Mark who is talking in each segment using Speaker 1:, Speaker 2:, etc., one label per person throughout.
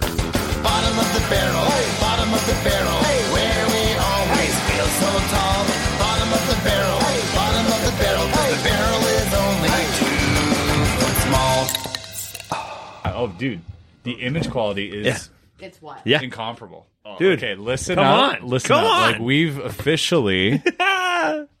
Speaker 1: Bottom of the barrel, bottom of the barrel, where we always feel so tall. Bottom of the barrel, bottom of the barrel, 'cause the barrel is only two foot small.
Speaker 2: Oh, dude, the image quality is
Speaker 3: It's what?
Speaker 4: Yeah.
Speaker 2: incomparable. Oh,
Speaker 4: Dude,
Speaker 2: okay, listen
Speaker 4: come
Speaker 2: up,
Speaker 4: on,
Speaker 2: listen
Speaker 4: come
Speaker 2: up.
Speaker 4: on.
Speaker 2: Like we've officially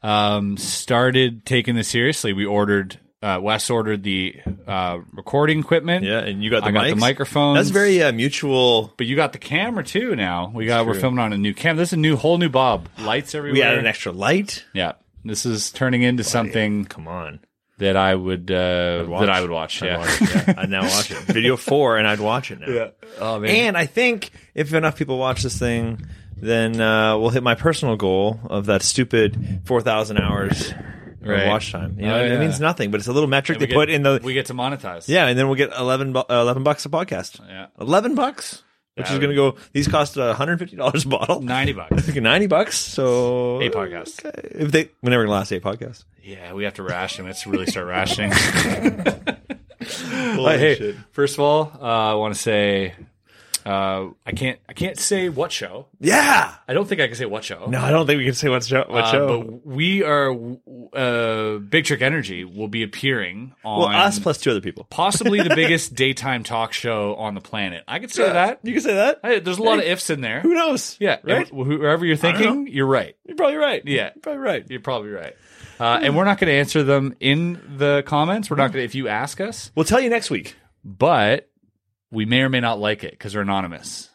Speaker 2: um, started taking this seriously. We ordered. Uh, Wes ordered the uh, recording equipment.
Speaker 4: Yeah, and you got the
Speaker 2: I got the
Speaker 4: mics?
Speaker 2: microphones.
Speaker 4: That's very uh, mutual.
Speaker 2: But you got the camera too now. We got we're
Speaker 4: true.
Speaker 2: filming on a new camera. This is a new whole new Bob. Lights everywhere.
Speaker 4: We added an extra light.
Speaker 2: Yeah. This is turning into something
Speaker 4: Come on,
Speaker 2: that I would uh,
Speaker 4: Watch.
Speaker 2: that I would watch.
Speaker 4: I'd
Speaker 2: Yeah.
Speaker 4: it, yeah. I'd now watch it. Video four, and I'd watch it now.
Speaker 2: oh man.
Speaker 4: And I think if enough people watch this thing, then uh, we'll hit my personal goal of that stupid four thousand hours
Speaker 2: Right.
Speaker 4: of watch time. You know,
Speaker 2: Oh,
Speaker 4: it
Speaker 2: yeah.
Speaker 4: means nothing, but it's a little metric
Speaker 2: And
Speaker 4: they
Speaker 2: we get-
Speaker 4: put in the
Speaker 2: we get to monetize.
Speaker 4: Yeah, and then we'll get 11, bu- uh, 11 bucks a podcast.
Speaker 2: Yeah.
Speaker 4: 11 bucks, which is
Speaker 2: Yeah.
Speaker 4: going to go, these cost uh, $150 a bottle.
Speaker 2: Ninety bucks.
Speaker 4: 90 bucks. So,
Speaker 2: Eight podcasts.
Speaker 4: Okay. If they, we're never going to last eight podcasts.
Speaker 2: Yeah, we have to ration. Let's really start rationing.
Speaker 4: Holy
Speaker 2: hey,
Speaker 4: shit.
Speaker 2: first of all, uh, I want to say uh, I can't I can't say what show.
Speaker 4: Yeah.
Speaker 2: I don't think I can say what show.
Speaker 4: No, I don't think we can say what show. What
Speaker 2: Uh,
Speaker 4: show.
Speaker 2: But we are uh, Big Trick Energy will be appearing on
Speaker 4: well, us plus two other people.
Speaker 2: possibly the biggest daytime talk show on the planet. I could say that.
Speaker 4: You can say that.
Speaker 2: Hey, there's a lot of ifs in there.
Speaker 4: Who knows?
Speaker 2: Yeah, and
Speaker 4: Right?
Speaker 2: wh- whoever you're thinking, you're right.
Speaker 4: You're probably right.
Speaker 2: Yeah.
Speaker 4: You're probably right.
Speaker 2: You're probably right. Uh, and we're not going to answer them in the comments. We're not going to if you ask us,
Speaker 4: We'll tell you next week.
Speaker 2: but we may or may not like it because we're anonymous.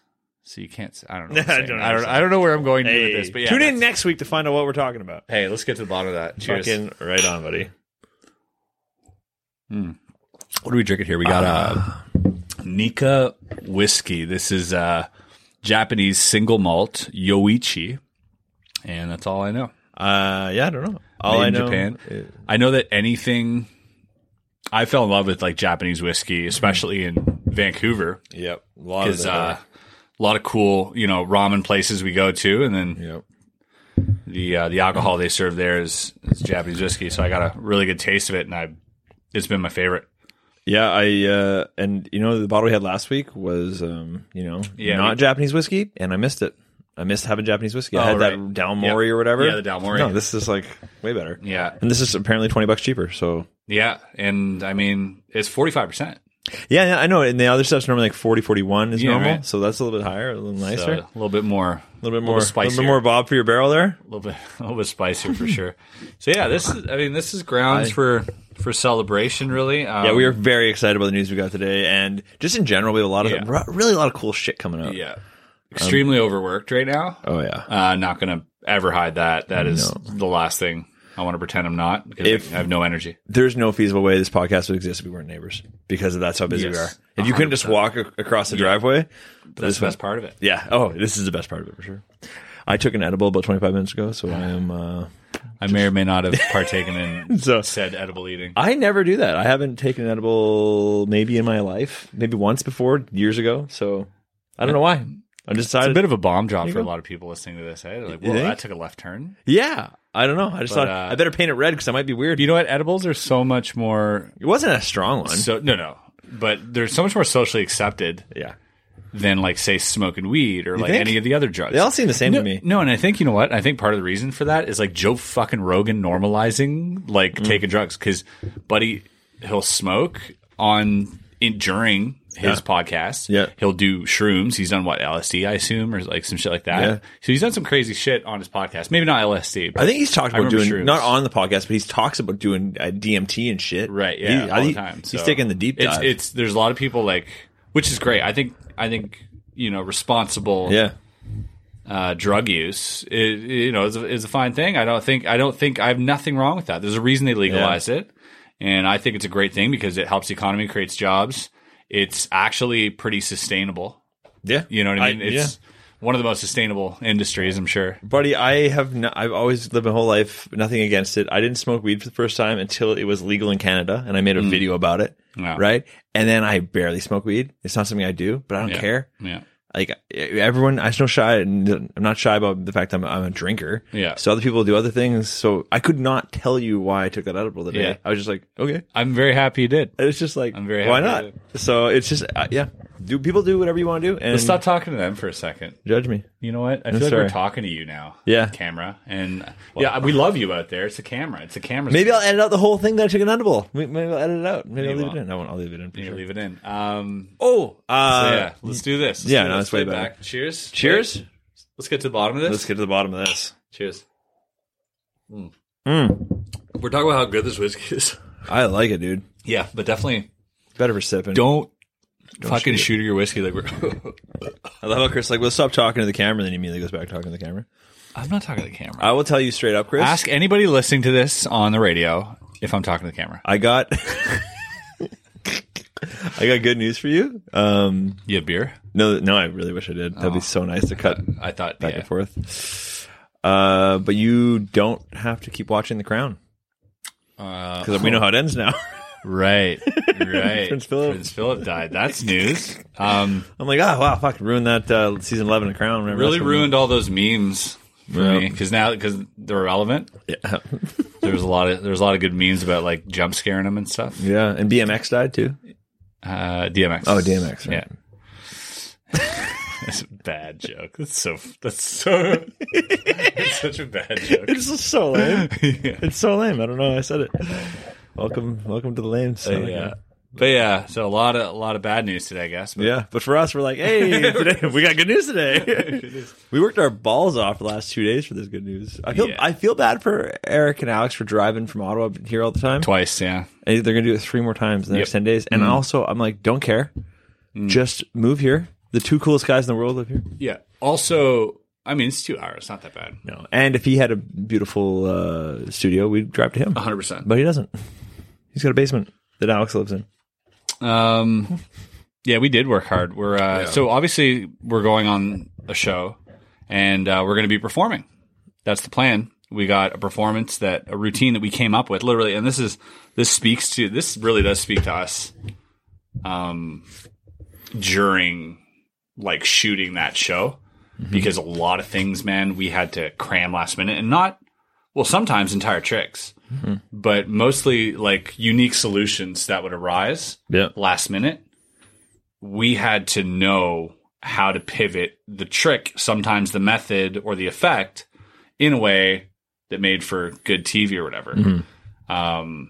Speaker 2: So you can't. s- I don't know. what I'm
Speaker 4: I
Speaker 2: saying.
Speaker 4: don't
Speaker 2: I don't.
Speaker 4: know.
Speaker 2: I don't know where I'm going with this.
Speaker 4: Hey,
Speaker 2: But yeah,
Speaker 4: Tune in
Speaker 2: that's-
Speaker 4: next week to find out what we're talking about.
Speaker 2: Hey, let's get to the bottom of that. Cheers.
Speaker 4: Fucking right on, buddy.
Speaker 2: What are we drinking here? We got uh, Nika whiskey. This is uh, Japanese single malt Yoichi, and that's all I know.
Speaker 4: Uh, yeah, I don't know. All
Speaker 2: Made
Speaker 4: I
Speaker 2: in
Speaker 4: know.
Speaker 2: Japan. I know that anything. I fell in love with like Japanese whiskey, especially in Vancouver,
Speaker 4: Yep. A lot of
Speaker 2: because
Speaker 4: the-
Speaker 2: uh, a lot of cool, you know, ramen places we go to, and then
Speaker 4: Yep.
Speaker 2: the uh, the alcohol they serve there is, is Japanese whiskey. So I got a really good taste of it, and I it's been my favorite.
Speaker 4: Yeah, I uh and you know the bottle we had last week was um, you know,
Speaker 2: Yeah,
Speaker 4: not
Speaker 2: we-
Speaker 4: Japanese whiskey and I missed it. I missed having Japanese whiskey. I
Speaker 2: Oh,
Speaker 4: had that
Speaker 2: right.
Speaker 4: Dalmori
Speaker 2: Yep.
Speaker 4: or whatever.
Speaker 2: Yeah, the Dalmori.
Speaker 4: No, this is like way better.
Speaker 2: Yeah,
Speaker 4: And this is apparently 20 bucks cheaper. So
Speaker 2: yeah, and I mean it's forty five percent.
Speaker 4: Yeah, yeah, I know. And the other stuff's normally like 40 41 is
Speaker 2: Yeah,
Speaker 4: normal.
Speaker 2: right.
Speaker 4: So that's a little bit higher, a little
Speaker 2: So,
Speaker 4: nicer.
Speaker 2: a little bit more,
Speaker 4: a little bit more
Speaker 2: spicier.
Speaker 4: A little bit more bob for your barrel there.
Speaker 2: a little bit, a little bit spicier for sure. So yeah, this is, I mean, this is grounds for for celebration, really. Um,
Speaker 4: yeah, we are very excited about the news we got today and just in general we have a lot of
Speaker 2: Yeah.
Speaker 4: re- really a lot of cool shit coming up.
Speaker 2: Um, yeah, extremely overworked right now.
Speaker 4: Oh yeah.
Speaker 2: Uh, not gonna ever hide that. That is
Speaker 4: No.
Speaker 2: the last thing I want to pretend I'm not because
Speaker 4: If-
Speaker 2: I have no energy.
Speaker 4: there's no feasible way this podcast would exist if we weren't neighbors because of that's how busy
Speaker 2: Yes,
Speaker 4: we are. If you couldn't just walk a- across the driveway,
Speaker 2: That's the best part of it.
Speaker 4: Yeah. Oh, this is the best part of it for sure. I took an edible about 25 minutes ago, so I am.
Speaker 2: I
Speaker 4: Uh,
Speaker 2: may or may not have partaken in
Speaker 4: So-
Speaker 2: said edible eating.
Speaker 4: I never do that. I haven't taken an edible maybe in my life, maybe once before years ago. So I don't know why. I just
Speaker 2: It's a
Speaker 4: decided.
Speaker 2: bit of a bomb drop for a
Speaker 4: go.
Speaker 2: lot of people listening to this. Hey, They're like,
Speaker 4: You
Speaker 2: whoa,
Speaker 4: think?
Speaker 2: that took a left turn.
Speaker 4: yeah. I don't know. I just
Speaker 2: But,
Speaker 4: thought
Speaker 2: uh,
Speaker 4: I better paint it red because I might be weird.
Speaker 2: You know what? Edibles are so much more.
Speaker 4: It wasn't a strong one.
Speaker 2: So no, no, but they're so much more socially accepted
Speaker 4: yeah.
Speaker 2: than like say smoking weed or like
Speaker 4: think?
Speaker 2: any of the other drugs.
Speaker 4: They all seem the same
Speaker 2: no,
Speaker 4: to me.
Speaker 2: No, and I think you know what? I think part of the reason for that is like Joe fucking Rogan normalizing like
Speaker 4: Mm-hmm.
Speaker 2: taking drugs because buddy he'll smoke on in during his podcast.
Speaker 4: Yeah.
Speaker 2: he'll do shrooms. He's done what LSD, I assume, or like some shit like that.
Speaker 4: Yeah.
Speaker 2: So he's done some crazy shit on his podcast. Maybe not LSD. But
Speaker 4: I think he's talked
Speaker 2: I
Speaker 4: about doing
Speaker 2: remember shrooms.
Speaker 4: not on the podcast, but he's talks about doing uh, DMT and shit.
Speaker 2: right.
Speaker 4: He-
Speaker 2: Yeah,
Speaker 4: I
Speaker 2: all the
Speaker 4: think
Speaker 2: time.
Speaker 4: He's
Speaker 2: So
Speaker 4: taking the deep dive.
Speaker 2: It's, it's there's a lot of people like, which is great. I think I think you know responsible.
Speaker 4: yeah.
Speaker 2: uh, drug use, i you know, is a, is a fine thing. I don't think I don't think I have nothing wrong with that. There's a reason they legalize it, and I think it's a great thing because it helps the economy, creates jobs. It's actually pretty sustainable.
Speaker 4: Yeah,
Speaker 2: You know what I mean?
Speaker 4: yeah.
Speaker 2: it's one of the most sustainable industries, I'm sure.
Speaker 4: buddy. I have no, I've always lived my whole life nothing against it. I didn't smoke weed for the first time until it was legal in Canada, and I made a video about it.
Speaker 2: Mm. Wow.
Speaker 4: Right, and then I barely smoke weed. It's not something I do, but I don't
Speaker 2: Yeah.
Speaker 4: care.
Speaker 2: Yeah.
Speaker 4: Like e-, everyone, I'm so shy. I'm not shy about the fact I'm, I'm a drinker.
Speaker 2: Yeah.
Speaker 4: So other people do other things. So I could not tell you why I took that edible today.
Speaker 2: Yeah.
Speaker 4: I was just like, okay.
Speaker 2: I'm very happy you did.
Speaker 4: It's just like,
Speaker 2: I'm very
Speaker 4: why
Speaker 2: happy
Speaker 4: not?
Speaker 2: with
Speaker 4: So it's just, uh, yeah. do people do whatever you want to do and
Speaker 2: Let's stop talking to them for a second.
Speaker 4: judge me.
Speaker 2: You know what? I feel like we're
Speaker 4: sorry.
Speaker 2: talking to you now.
Speaker 4: Yeah.
Speaker 2: Camera. And yeah, we love you out there. It's a camera. It's a camera.
Speaker 4: Maybe I'll edit out the whole thing that I took an edible. May- Maybe I'll edit it out. Maybe I'll leave
Speaker 2: won't.
Speaker 4: it in. I won't. I'll leave it in. For
Speaker 2: You
Speaker 4: sure.
Speaker 2: leave it in. Um,
Speaker 4: Oh, uh,
Speaker 2: so yeah, let's do this. Let's
Speaker 4: yeah,
Speaker 2: do
Speaker 4: no,
Speaker 2: this.
Speaker 4: it's way
Speaker 2: Way
Speaker 4: better.
Speaker 2: back. Cheers.
Speaker 4: Cheers.
Speaker 2: Wait, let's get to the bottom of this.
Speaker 4: Let's get Hmm. to the bottom of this.
Speaker 2: Cheers. Hmm. We're talking about how good this whiskey is.
Speaker 4: I like it, dude.
Speaker 2: Yeah, but definitely
Speaker 4: Better for sipping.
Speaker 2: don't, fucking shoot at your whiskey like we're.
Speaker 4: I love how Chris like, let's stop talking to the camera, and then he immediately goes back talking to the camera.
Speaker 2: I'm not talking to the camera.
Speaker 4: I will tell you straight up, Chris.
Speaker 2: Ask anybody listening to this on the radio if I'm talking to the camera.
Speaker 4: I got, I got good news for you. Um,
Speaker 2: You have beer?
Speaker 4: no, no, I really wish I did. That'd be so nice to cut
Speaker 2: I thought.
Speaker 4: back
Speaker 2: yeah.
Speaker 4: and forth. Uh, but you don't have to keep watching The Crown
Speaker 2: Uh,
Speaker 4: because we know how it ends now.
Speaker 2: right, right.
Speaker 4: Prince Philip.
Speaker 2: Prince Philip died. That's news. Um,
Speaker 4: I'm like, oh wow, fuck, ruined that uh, season eleven of Crown. Remember
Speaker 2: really
Speaker 4: that's when-
Speaker 2: ruined all those memes for
Speaker 4: Yeah.
Speaker 2: me because now because they're relevant.
Speaker 4: Yeah.
Speaker 2: There was a lot of there was a lot of good memes about like jump scaring them and stuff.
Speaker 4: yeah, and BMX died too.
Speaker 2: Uh, DMX.
Speaker 4: Oh, DMX, right.
Speaker 2: Yeah. that's a bad joke. That's so. That's so. that's such a bad joke.
Speaker 4: It's just so lame.
Speaker 2: yeah.
Speaker 4: It's so lame. I don't know. why I said it. Welcome, welcome to the lame.
Speaker 2: But yeah. But yeah, so a lot of a lot of bad news today, I guess. But
Speaker 4: Yeah, but for us, we're like, hey, today we got good news today. we worked our balls off the last two days for this good news. I feel
Speaker 2: Yeah.
Speaker 4: I feel bad for Eric and Alex for driving from Ottawa here all the time.
Speaker 2: twice, yeah.
Speaker 4: And they're gonna do it three more times in the next
Speaker 2: Yep.
Speaker 4: ten days. And also, I'm like, don't care. Just move here. The two coolest guys in the world live here.
Speaker 2: Yeah. Also, I mean, it's two hours. Not that bad.
Speaker 4: No, and if he had a beautiful uh, studio, we'd drive to him.
Speaker 2: One hundred percent.
Speaker 4: But he doesn't. He's got a basement that Alex lives in.
Speaker 2: Um, yeah, we did work hard. We're uh, so obviously we're going on a show, and uh, we're going to be performing. That's the plan. We got a performance that a routine that we came up with literally, and this is this speaks to this really does speak to us. Um, during like shooting that show because a lot of things, man, we had to cram last minute and not well sometimes entire tricks, but mostly like unique solutions that would arise
Speaker 4: Yeah.
Speaker 2: last minute, we had to know how to pivot the trick, sometimes the method or the effect, in a way that made for good TV or whatever.
Speaker 4: Mm-hmm.
Speaker 2: Um,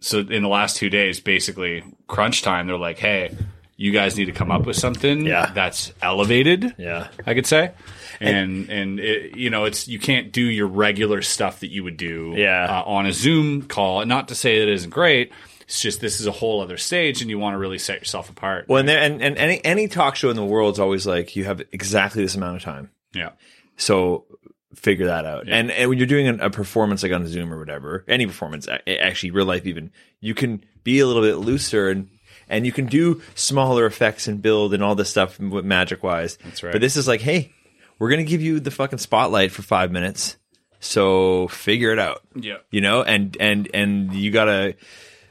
Speaker 2: so in the last two days, basically crunch time, they're like, "Hey, you guys need to come up with something
Speaker 4: Yeah.
Speaker 2: that's elevated."
Speaker 4: Yeah.
Speaker 2: I could say. And and it, you know it's you can't do your regular stuff that you would do
Speaker 4: Yeah.
Speaker 2: uh, on a Zoom call. And Not to say that it isn't great. It's just this is a whole other stage, and you want to really set yourself apart.
Speaker 4: Well, and, there, and and any any talk show in the world is always like you have exactly this amount of time.
Speaker 2: Yeah,
Speaker 4: So figure that out. And, and when you're doing an, a performance like on Zoom or whatever, any performance, a- a- actually real life even, you can be a little bit looser and and you can do smaller effects and build and all this stuff magic wise. That's
Speaker 2: right.
Speaker 4: But this is like, hey, we're gonna give you the fucking spotlight for five minutes. So figure it out.
Speaker 2: Yeah.
Speaker 4: You know, and and and you gotta.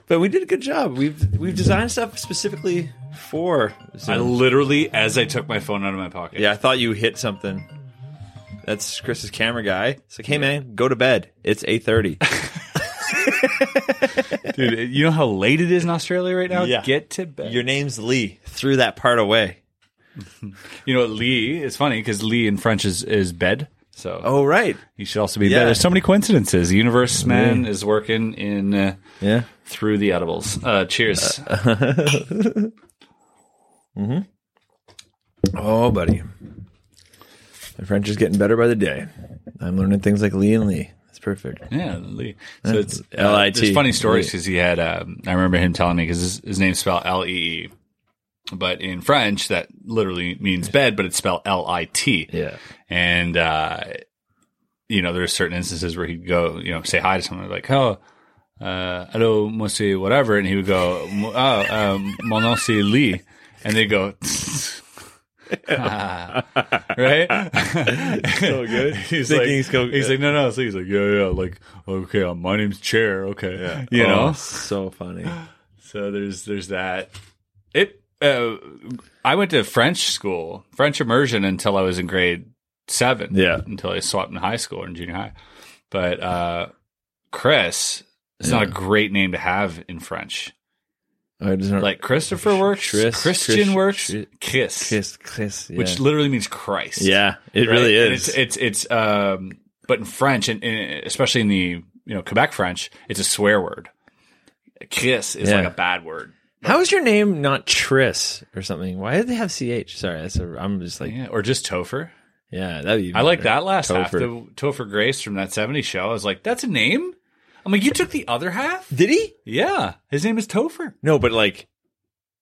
Speaker 4: But we did a good job. We've we've designed stuff specifically for.
Speaker 2: I
Speaker 4: Zoom.
Speaker 2: literally, as I took my phone out of my pocket,
Speaker 4: Yeah, I thought you hit something. That's Chris's camera guy. It's like, hey man, go to bed. It's eight thirty.
Speaker 2: dude, you know how late it is in Australia right now.
Speaker 4: Yeah.
Speaker 2: get to bed.
Speaker 4: Your name's Lee. Threw that part away.
Speaker 2: you know, Lee. It's funny because Lee in French is is bed. So
Speaker 4: Oh right.
Speaker 2: he should also be
Speaker 4: Yeah.
Speaker 2: bed. There's so many coincidences. The universe, man, is working in uh,
Speaker 4: Yeah.
Speaker 2: through the edibles. Uh, cheers.
Speaker 4: Oh buddy. My French is getting better by the day. I'm learning things like Lee and Lee. That's perfect.
Speaker 2: Yeah, Lee. So it's uh,
Speaker 4: L.I.T..
Speaker 2: There's funny stories because he had. Um, I remember him telling me because his, his name's spelled L E E, but in French that literally means bed, but it's spelled L I T.
Speaker 4: Yeah.
Speaker 2: And uh, you know, there's certain instances where he'd go, you know, say hi to someone like, oh. Uh, hello, monsieur, whatever, and he would go, "Mo- oh, um, mon nom c'est Lee, and they go, right?
Speaker 4: So good.
Speaker 2: he's
Speaker 4: Thinking
Speaker 2: like,
Speaker 4: he's go-
Speaker 2: he's like, no, no. So he's like, yeah, yeah. Like, okay, uh, my name's Chair. Okay, you
Speaker 4: Oh,
Speaker 2: know.
Speaker 4: so funny.
Speaker 2: So there's there's that. It. Uh, I went to French school, French immersion, until I was in grade seven.
Speaker 4: Yeah.
Speaker 2: Until I swapped in high school and junior high. But uh, Chris, it's not a great name to have in French.
Speaker 4: Or does it-
Speaker 2: Like Christopher works,
Speaker 4: Chris-
Speaker 2: Christian
Speaker 4: Chris-
Speaker 2: works,
Speaker 4: Chris-
Speaker 2: kiss,
Speaker 4: Chris, Chris, yeah.
Speaker 2: which literally means Christ.
Speaker 4: yeah, it
Speaker 2: right?
Speaker 4: really
Speaker 2: And
Speaker 4: is.
Speaker 2: It's it's, it's um, but in French and, and especially in the you know Quebec French, it's a swear word. Kiss is
Speaker 4: Yeah.
Speaker 2: like a bad word.
Speaker 4: How is your name not Tris or something? Why did they have CH? Sorry, that's a, I'm just like, yeah,
Speaker 2: Yeah, or just Topher.
Speaker 4: that would be
Speaker 2: I like
Speaker 4: better.
Speaker 2: that last half. The
Speaker 4: Topher.
Speaker 2: Topher Grace from that '70s show. I was like, that's a name. I'm like, you took the other half.
Speaker 4: Did he?
Speaker 2: Yeah, his name is Topher.
Speaker 4: No, but like,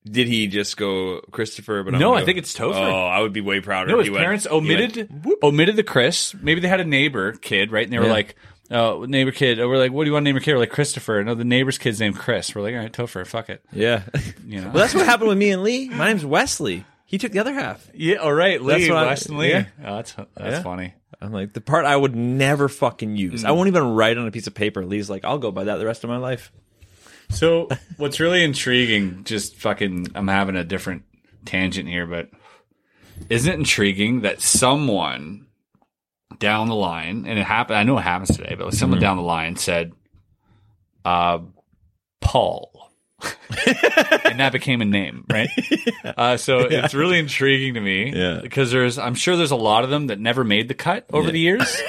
Speaker 4: did he just go Christopher? But I'm
Speaker 2: No,
Speaker 4: gonna
Speaker 2: I
Speaker 4: go-
Speaker 2: think it's Topher.
Speaker 4: Oh, I would be way prouder.
Speaker 2: No,
Speaker 4: if
Speaker 2: his
Speaker 4: he went-
Speaker 2: parents
Speaker 4: he went-
Speaker 2: omitted omitted the Chris. Maybe they had a neighbor kid, right? And they were
Speaker 4: Yeah.
Speaker 2: like, uh, neighbor kid. Or we're like, what do you want to name your kid? We're like, Christopher. No, the neighbor's kid's named Chris. We're like, all right, Topher, fuck it.
Speaker 4: yeah.
Speaker 2: You know?
Speaker 4: well, that's what happened with me and Lee. My name's Wesley. He took the other half.
Speaker 2: yeah, all right, Lee,
Speaker 4: That's what I-
Speaker 2: Weston Lee.
Speaker 4: yeah.
Speaker 2: Oh, that's that's
Speaker 4: Yeah.
Speaker 2: funny.
Speaker 4: I'm like the part I would never fucking use. I won't even write on a piece of paper. Lee's like, I'll go by that the rest of my life.
Speaker 2: So, what's really intriguing, just fucking, I'm having a different tangent here, but isn't it intriguing that someone down the line, and it happened, I know it happens today, but like someone
Speaker 4: Mm-hmm.
Speaker 2: down the line said, uh, Paul. and that became a name, right? Uh, so it's really intriguing to me
Speaker 4: Yeah.
Speaker 2: because there's, I'm sure there's a lot of them that never made the cut over the years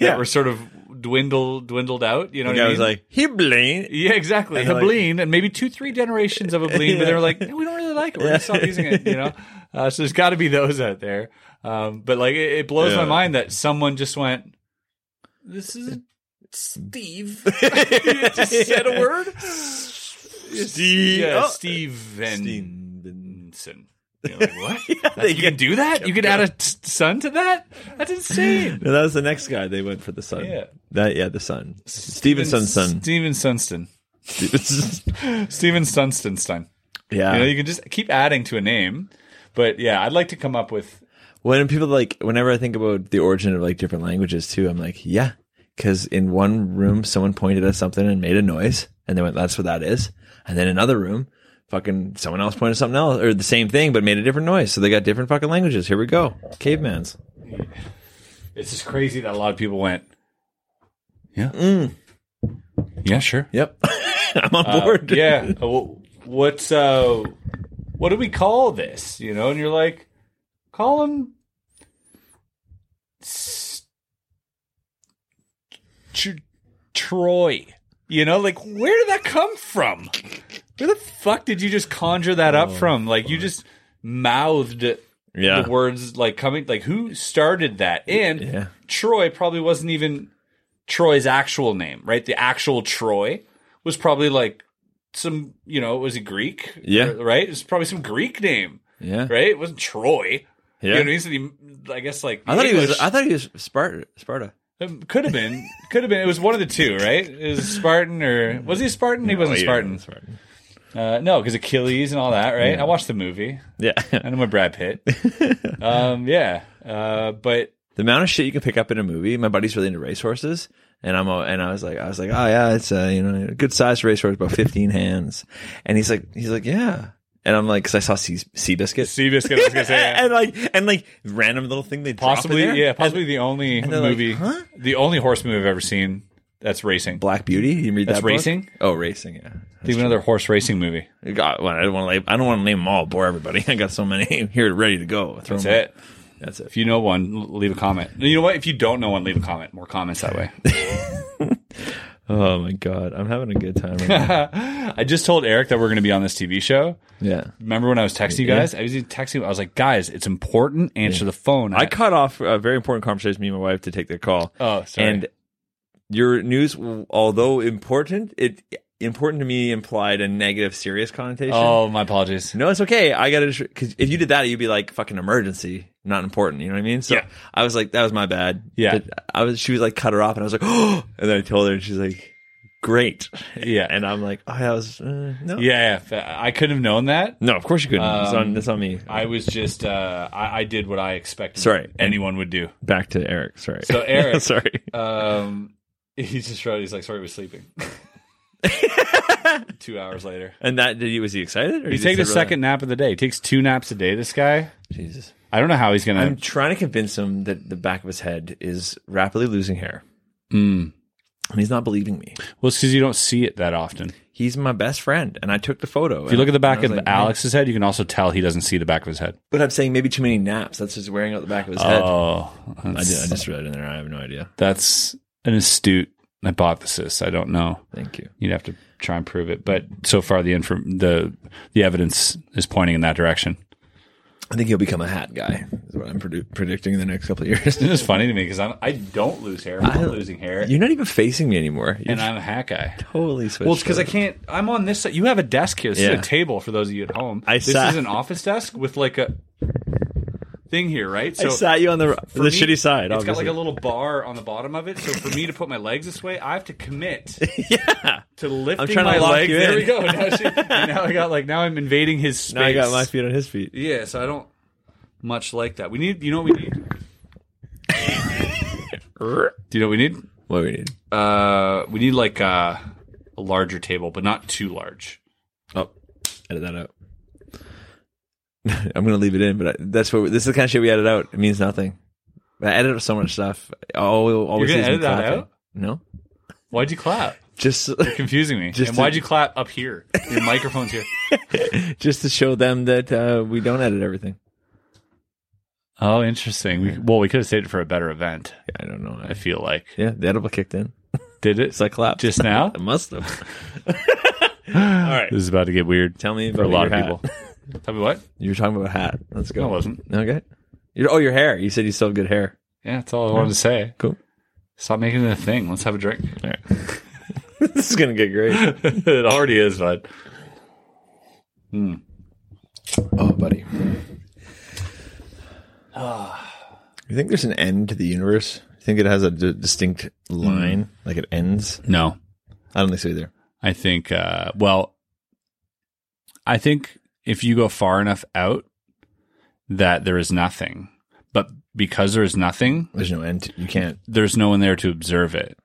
Speaker 2: that were sort of dwindled, dwindled out. You know,
Speaker 4: The
Speaker 2: what I
Speaker 4: guy
Speaker 2: mean?
Speaker 4: was like, he blinked.
Speaker 2: Yeah, exactly.
Speaker 4: And
Speaker 2: the
Speaker 4: like-
Speaker 2: bleen, and maybe two, three generations of a bleen, but they were like, "No, we don't really like it. We're gonna stop using it. You know. Uh, so there's got to be those out there. Um, but like, it, it blows my
Speaker 4: Yeah.
Speaker 2: mind that someone just went, "This is Steve." just said a word.
Speaker 4: Steve.
Speaker 2: Yeah,
Speaker 4: Oh.
Speaker 2: Stevenson.
Speaker 4: Steven.
Speaker 2: You're like, what? That-
Speaker 4: they
Speaker 2: you can do that? You can add a t- son to that? That's insane.
Speaker 4: No, that was the next guy. They went for the son.
Speaker 2: Yeah.
Speaker 4: That yeah, the son. Stevenson's son.
Speaker 2: Steven Sunston.
Speaker 4: Stevenson.
Speaker 2: Steven Sunstenstein.
Speaker 4: yeah.
Speaker 2: You know, you can just keep adding to a name. But yeah, I'd like to come up with
Speaker 4: when people like whenever I think about the origin of like different languages too, I'm like, yeah, because in one room someone pointed at something and made a noise, and they went, "That's what that is," and then another room, fucking someone else pointed at something else or the same thing but made a different noise, so they got different fucking languages. Here we go, caveman's.
Speaker 2: it's just crazy that a lot of people went. Yeah. Yeah, sure.
Speaker 4: Yep, I'm on board.
Speaker 2: yeah. Uh, wh- What's uh what do we call this? You know, and you're like, call him S- Tr- Troy. You know, like where did that come from? Where the fuck did you just conjure that up from? Like you just mouthed
Speaker 4: yeah.
Speaker 2: the words like coming like who started that and
Speaker 4: Yeah.
Speaker 2: troy probably wasn't even troy's actual name right the actual troy was probably like some you know was he greek
Speaker 4: Yeah.
Speaker 2: R- right it's probably some greek name
Speaker 4: yeah,
Speaker 2: right it wasn't troy you know
Speaker 4: Yeah.
Speaker 2: what I mean? So the- I guess like
Speaker 4: I thought he was.
Speaker 2: English-
Speaker 4: I thought he was Sparta. Sparta.
Speaker 2: um, could have been could have been it was one of the two right it was Spartan or was he a Spartan he wasn't
Speaker 4: he
Speaker 2: Oh, Spartan
Speaker 4: wasn't Spartan.
Speaker 2: uh, no because Achilles and all that right I watched the movie
Speaker 4: Yeah.
Speaker 2: I know my Brad Pitt um, yeah uh, but
Speaker 4: the amount of shit you can pick up in a movie. My buddy's really into racehorses, and I'm all- and I was like, I was like, oh yeah, it's a you know a good sized racehorse, about 15 hands, and he's like, he's like, yeah, and I'm like, because I saw Sea Seabiscuit.
Speaker 2: Seabiscuit, I was gonna say. yeah.
Speaker 4: and like and like random little thing they
Speaker 2: possibly,
Speaker 4: drop in there.
Speaker 2: yeah, possibly the only
Speaker 4: they're like,
Speaker 2: movie,
Speaker 4: "Huh?"
Speaker 2: the only horse movie I've ever seen that's racing.
Speaker 4: Black Beauty. You read
Speaker 2: That's
Speaker 4: that book?
Speaker 2: racing?
Speaker 4: Oh, racing. Yeah.
Speaker 2: Think of another horse racing movie.
Speaker 4: God, well, I don't want to. I don't want to name them all. Bore everybody. I got so many here ready to go. Throw
Speaker 2: That's
Speaker 4: 'em
Speaker 2: it.
Speaker 4: all. That's it.
Speaker 2: If you know one, l- leave a comment. You know what? If you don't know one, leave a comment. More comments that way.
Speaker 4: Oh my god, I'm having a good time. Right now.
Speaker 2: I just told Eric that we're going to be on this TV show.
Speaker 4: yeah.
Speaker 2: Remember when I was texting you guys? I was even texting. I was like, guys, it's important. Answer the phone.
Speaker 4: I cut off a very important conversation with me and my wife to take the call.
Speaker 2: Oh, sorry.
Speaker 4: And your news, although important, it important to me implied a negative, serious connotation.
Speaker 2: oh, my apologies.
Speaker 4: No, it's okay. I got to because if you did that, you'd be like fucking emergency, not important. You know what I mean? So
Speaker 2: Yeah.
Speaker 4: I was like, that was my bad.
Speaker 2: Yeah.
Speaker 4: But I was. She was like, cut her off, and I was like, oh, and then I told her, and she's like, great.
Speaker 2: Yeah.
Speaker 4: And I'm like, oh, yeah, I was uh, no,
Speaker 2: Yeah, yeah, I couldn't have known that.
Speaker 4: no. Of course you couldn't. it's
Speaker 2: Um,
Speaker 4: on. It's on me.
Speaker 2: I was just, uh, I, I did what I expected.
Speaker 4: Sorry.
Speaker 2: anyone would do.
Speaker 4: Back to Eric. Sorry.
Speaker 2: So, Eric-
Speaker 4: sorry.
Speaker 2: Um, he just shrugged. He's like, "Sorry, we're sleeping." two hours later,
Speaker 4: And that did he was he excited? Or
Speaker 2: he
Speaker 4: just
Speaker 2: takes a
Speaker 4: really-
Speaker 2: second nap of the day. He takes two naps a day. This guy,
Speaker 4: Jesus.
Speaker 2: I don't know how he's gonna.
Speaker 4: I'm trying to convince him that the back of his head is Hmm. rapidly losing hair. And he's not believing me.
Speaker 2: well, it's because you don't see it that often.
Speaker 4: he's my best friend, and I took the photo.
Speaker 2: If you look at the back of Alex's head, you can also tell he doesn't see the back of his head.
Speaker 4: but I'm saying maybe too many naps. That's just wearing out the back of his head.
Speaker 2: Oh,
Speaker 4: I,
Speaker 2: that's,
Speaker 4: did, I just read it in there. I have no idea.
Speaker 2: that's an astute hypothesis. I don't know.
Speaker 4: Thank you.
Speaker 2: You'd have to try and prove it, but so far the inform- the the evidence is pointing in that direction.
Speaker 4: I think he'll become a hat guy. Is what I'm produ- predicting in the next couple of years.
Speaker 2: It's funny to me because I don't lose hair. I'm not losing hair,
Speaker 4: You're not even facing me anymore. You're
Speaker 2: and I'm a hat guy.
Speaker 4: totally switched.
Speaker 2: Well, it's because I
Speaker 4: over.
Speaker 2: can't. I'm on this. side. You have a desk here. This
Speaker 4: Yeah.
Speaker 2: is a table for those of you at home.
Speaker 4: I
Speaker 2: this
Speaker 4: sat-
Speaker 2: is an office desk with like a thing here, right? So
Speaker 4: I sat you on the the
Speaker 2: for me,
Speaker 4: shitty side.
Speaker 2: It's got
Speaker 4: obviously.
Speaker 2: like a little bar on the bottom of it. So for me to put my legs this way, I have to commit
Speaker 4: yeah.
Speaker 2: to lifting
Speaker 4: trying to
Speaker 2: my
Speaker 4: lock
Speaker 2: legs.
Speaker 4: you
Speaker 2: There
Speaker 4: in.
Speaker 2: we go. Now, she, now I got like now I'm invading his space.
Speaker 4: Now I got my feet on his feet.
Speaker 2: Yeah, so I don't much like that. We need. You know what we need? Do you know what we need?
Speaker 4: What do we need?
Speaker 2: Uh, we need like uh, a larger table, but not too large.
Speaker 4: Oh, edit that out. I'm gonna leave it in, but I, that's what this is the kind of shit we edit out. It means nothing. I edit out so much stuff. All always
Speaker 2: You're gonna
Speaker 4: leaves me
Speaker 2: edit that
Speaker 4: clapping.
Speaker 2: out?
Speaker 4: No,
Speaker 2: Why'd you clap?
Speaker 4: just
Speaker 2: Confusing me.
Speaker 4: Just
Speaker 2: and
Speaker 4: to-
Speaker 2: why'd you clap up here? Your microphone's here.
Speaker 4: just to show them that uh, we don't edit everything.
Speaker 2: Oh, interesting. We, well, we could have saved it for a better event.
Speaker 4: I don't know.
Speaker 2: I feel like
Speaker 4: yeah, the edible kicked in.
Speaker 2: did it
Speaker 4: It's like clap.
Speaker 2: just now.
Speaker 4: I must have. All right,
Speaker 2: This is about to get weird
Speaker 4: tell me
Speaker 2: for
Speaker 4: about
Speaker 2: a lot of
Speaker 4: your hat.
Speaker 2: people. Tell me what?
Speaker 4: You were talking about a hat. Let's go.
Speaker 2: No, I wasn't.
Speaker 4: Okay. Your, oh, your hair. You said you still have good hair.
Speaker 2: Yeah, that's all I wanted to say.
Speaker 4: Cool.
Speaker 2: Stop making it a thing. Let's have a drink.
Speaker 4: All right. this is gonna get great.
Speaker 2: it already is, bud.
Speaker 4: Oh, buddy. You think there's an end to the universe? You think it has a d- distinct
Speaker 2: Hmm.
Speaker 4: line, like it ends?
Speaker 2: No,
Speaker 4: I don't think so either.
Speaker 2: I think. Uh, well, I think if you go far enough out, that there is nothing. But because there is nothing,
Speaker 4: There's no end. to- you can't.
Speaker 2: there's no one there to observe it.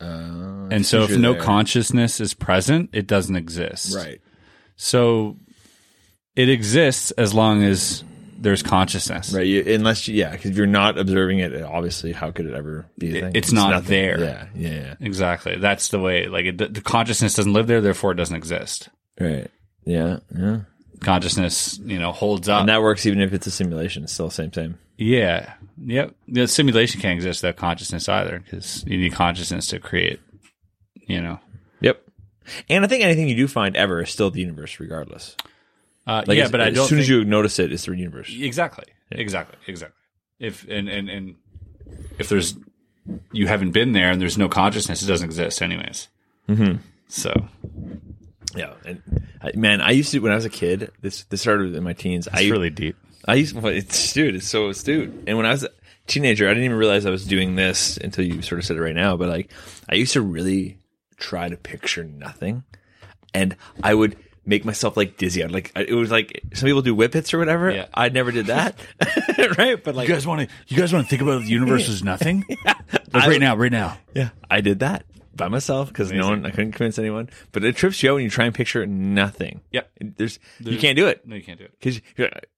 Speaker 4: Uh,
Speaker 2: And so, if
Speaker 4: you're
Speaker 2: no
Speaker 4: there.
Speaker 2: consciousness is present, it doesn't exist.
Speaker 4: right?
Speaker 2: So, it exists as long as there's consciousness.
Speaker 4: Right. You, unless you, yeah, because if you're not observing it, obviously, how could it ever be? A
Speaker 2: It-
Speaker 4: thing?
Speaker 2: it's not
Speaker 4: nothing.
Speaker 2: there.
Speaker 4: Yeah, yeah,
Speaker 2: Exactly. That's the way. Like it, the consciousness doesn't live there, therefore it doesn't exist.
Speaker 4: yeah. right. Yeah, yeah.
Speaker 2: Consciousness, you know, holds up.
Speaker 4: And that works even if it's a simulation. It's still the same same.
Speaker 2: yeah. Yep. The simulation can't exist without consciousness either, because you need consciousness to create. You know.
Speaker 4: Yep. And I think anything you do find ever is still the universe, regardless.
Speaker 2: Uh,
Speaker 4: Like,
Speaker 2: yeah,
Speaker 4: as-
Speaker 2: but I
Speaker 4: as
Speaker 2: don't.
Speaker 4: soon as
Speaker 2: think-
Speaker 4: you notice it, it's the universe.
Speaker 2: exactly, exactly, exactly. If and and and if there's you haven't been there and there's no consciousness, it doesn't exist anyways. Mm-hmm. So
Speaker 4: Yeah, and I, man, I used to when I was a kid. This this started in my teens. I
Speaker 2: it's really deep.
Speaker 4: I used well, it's dude, it's so astute. And when I was a teenager, I didn't even realize I was doing this until you sort of said it right now. But like, I used to really try to picture nothing, and I would make myself like dizzy. I'd like I- it was like some people do whippets or whatever.
Speaker 2: Yeah.
Speaker 4: I never did that, right? But like,
Speaker 2: guys want to? You guys want to think about the universe as nothing? Like
Speaker 4: right
Speaker 2: now, right now.
Speaker 4: yeah, I did that by myself because no one, I couldn't convince anyone. But it trips you out when you try and picture nothing.
Speaker 2: Yep.
Speaker 4: there's, you can't do it.
Speaker 2: No, you can't do it.
Speaker 4: Because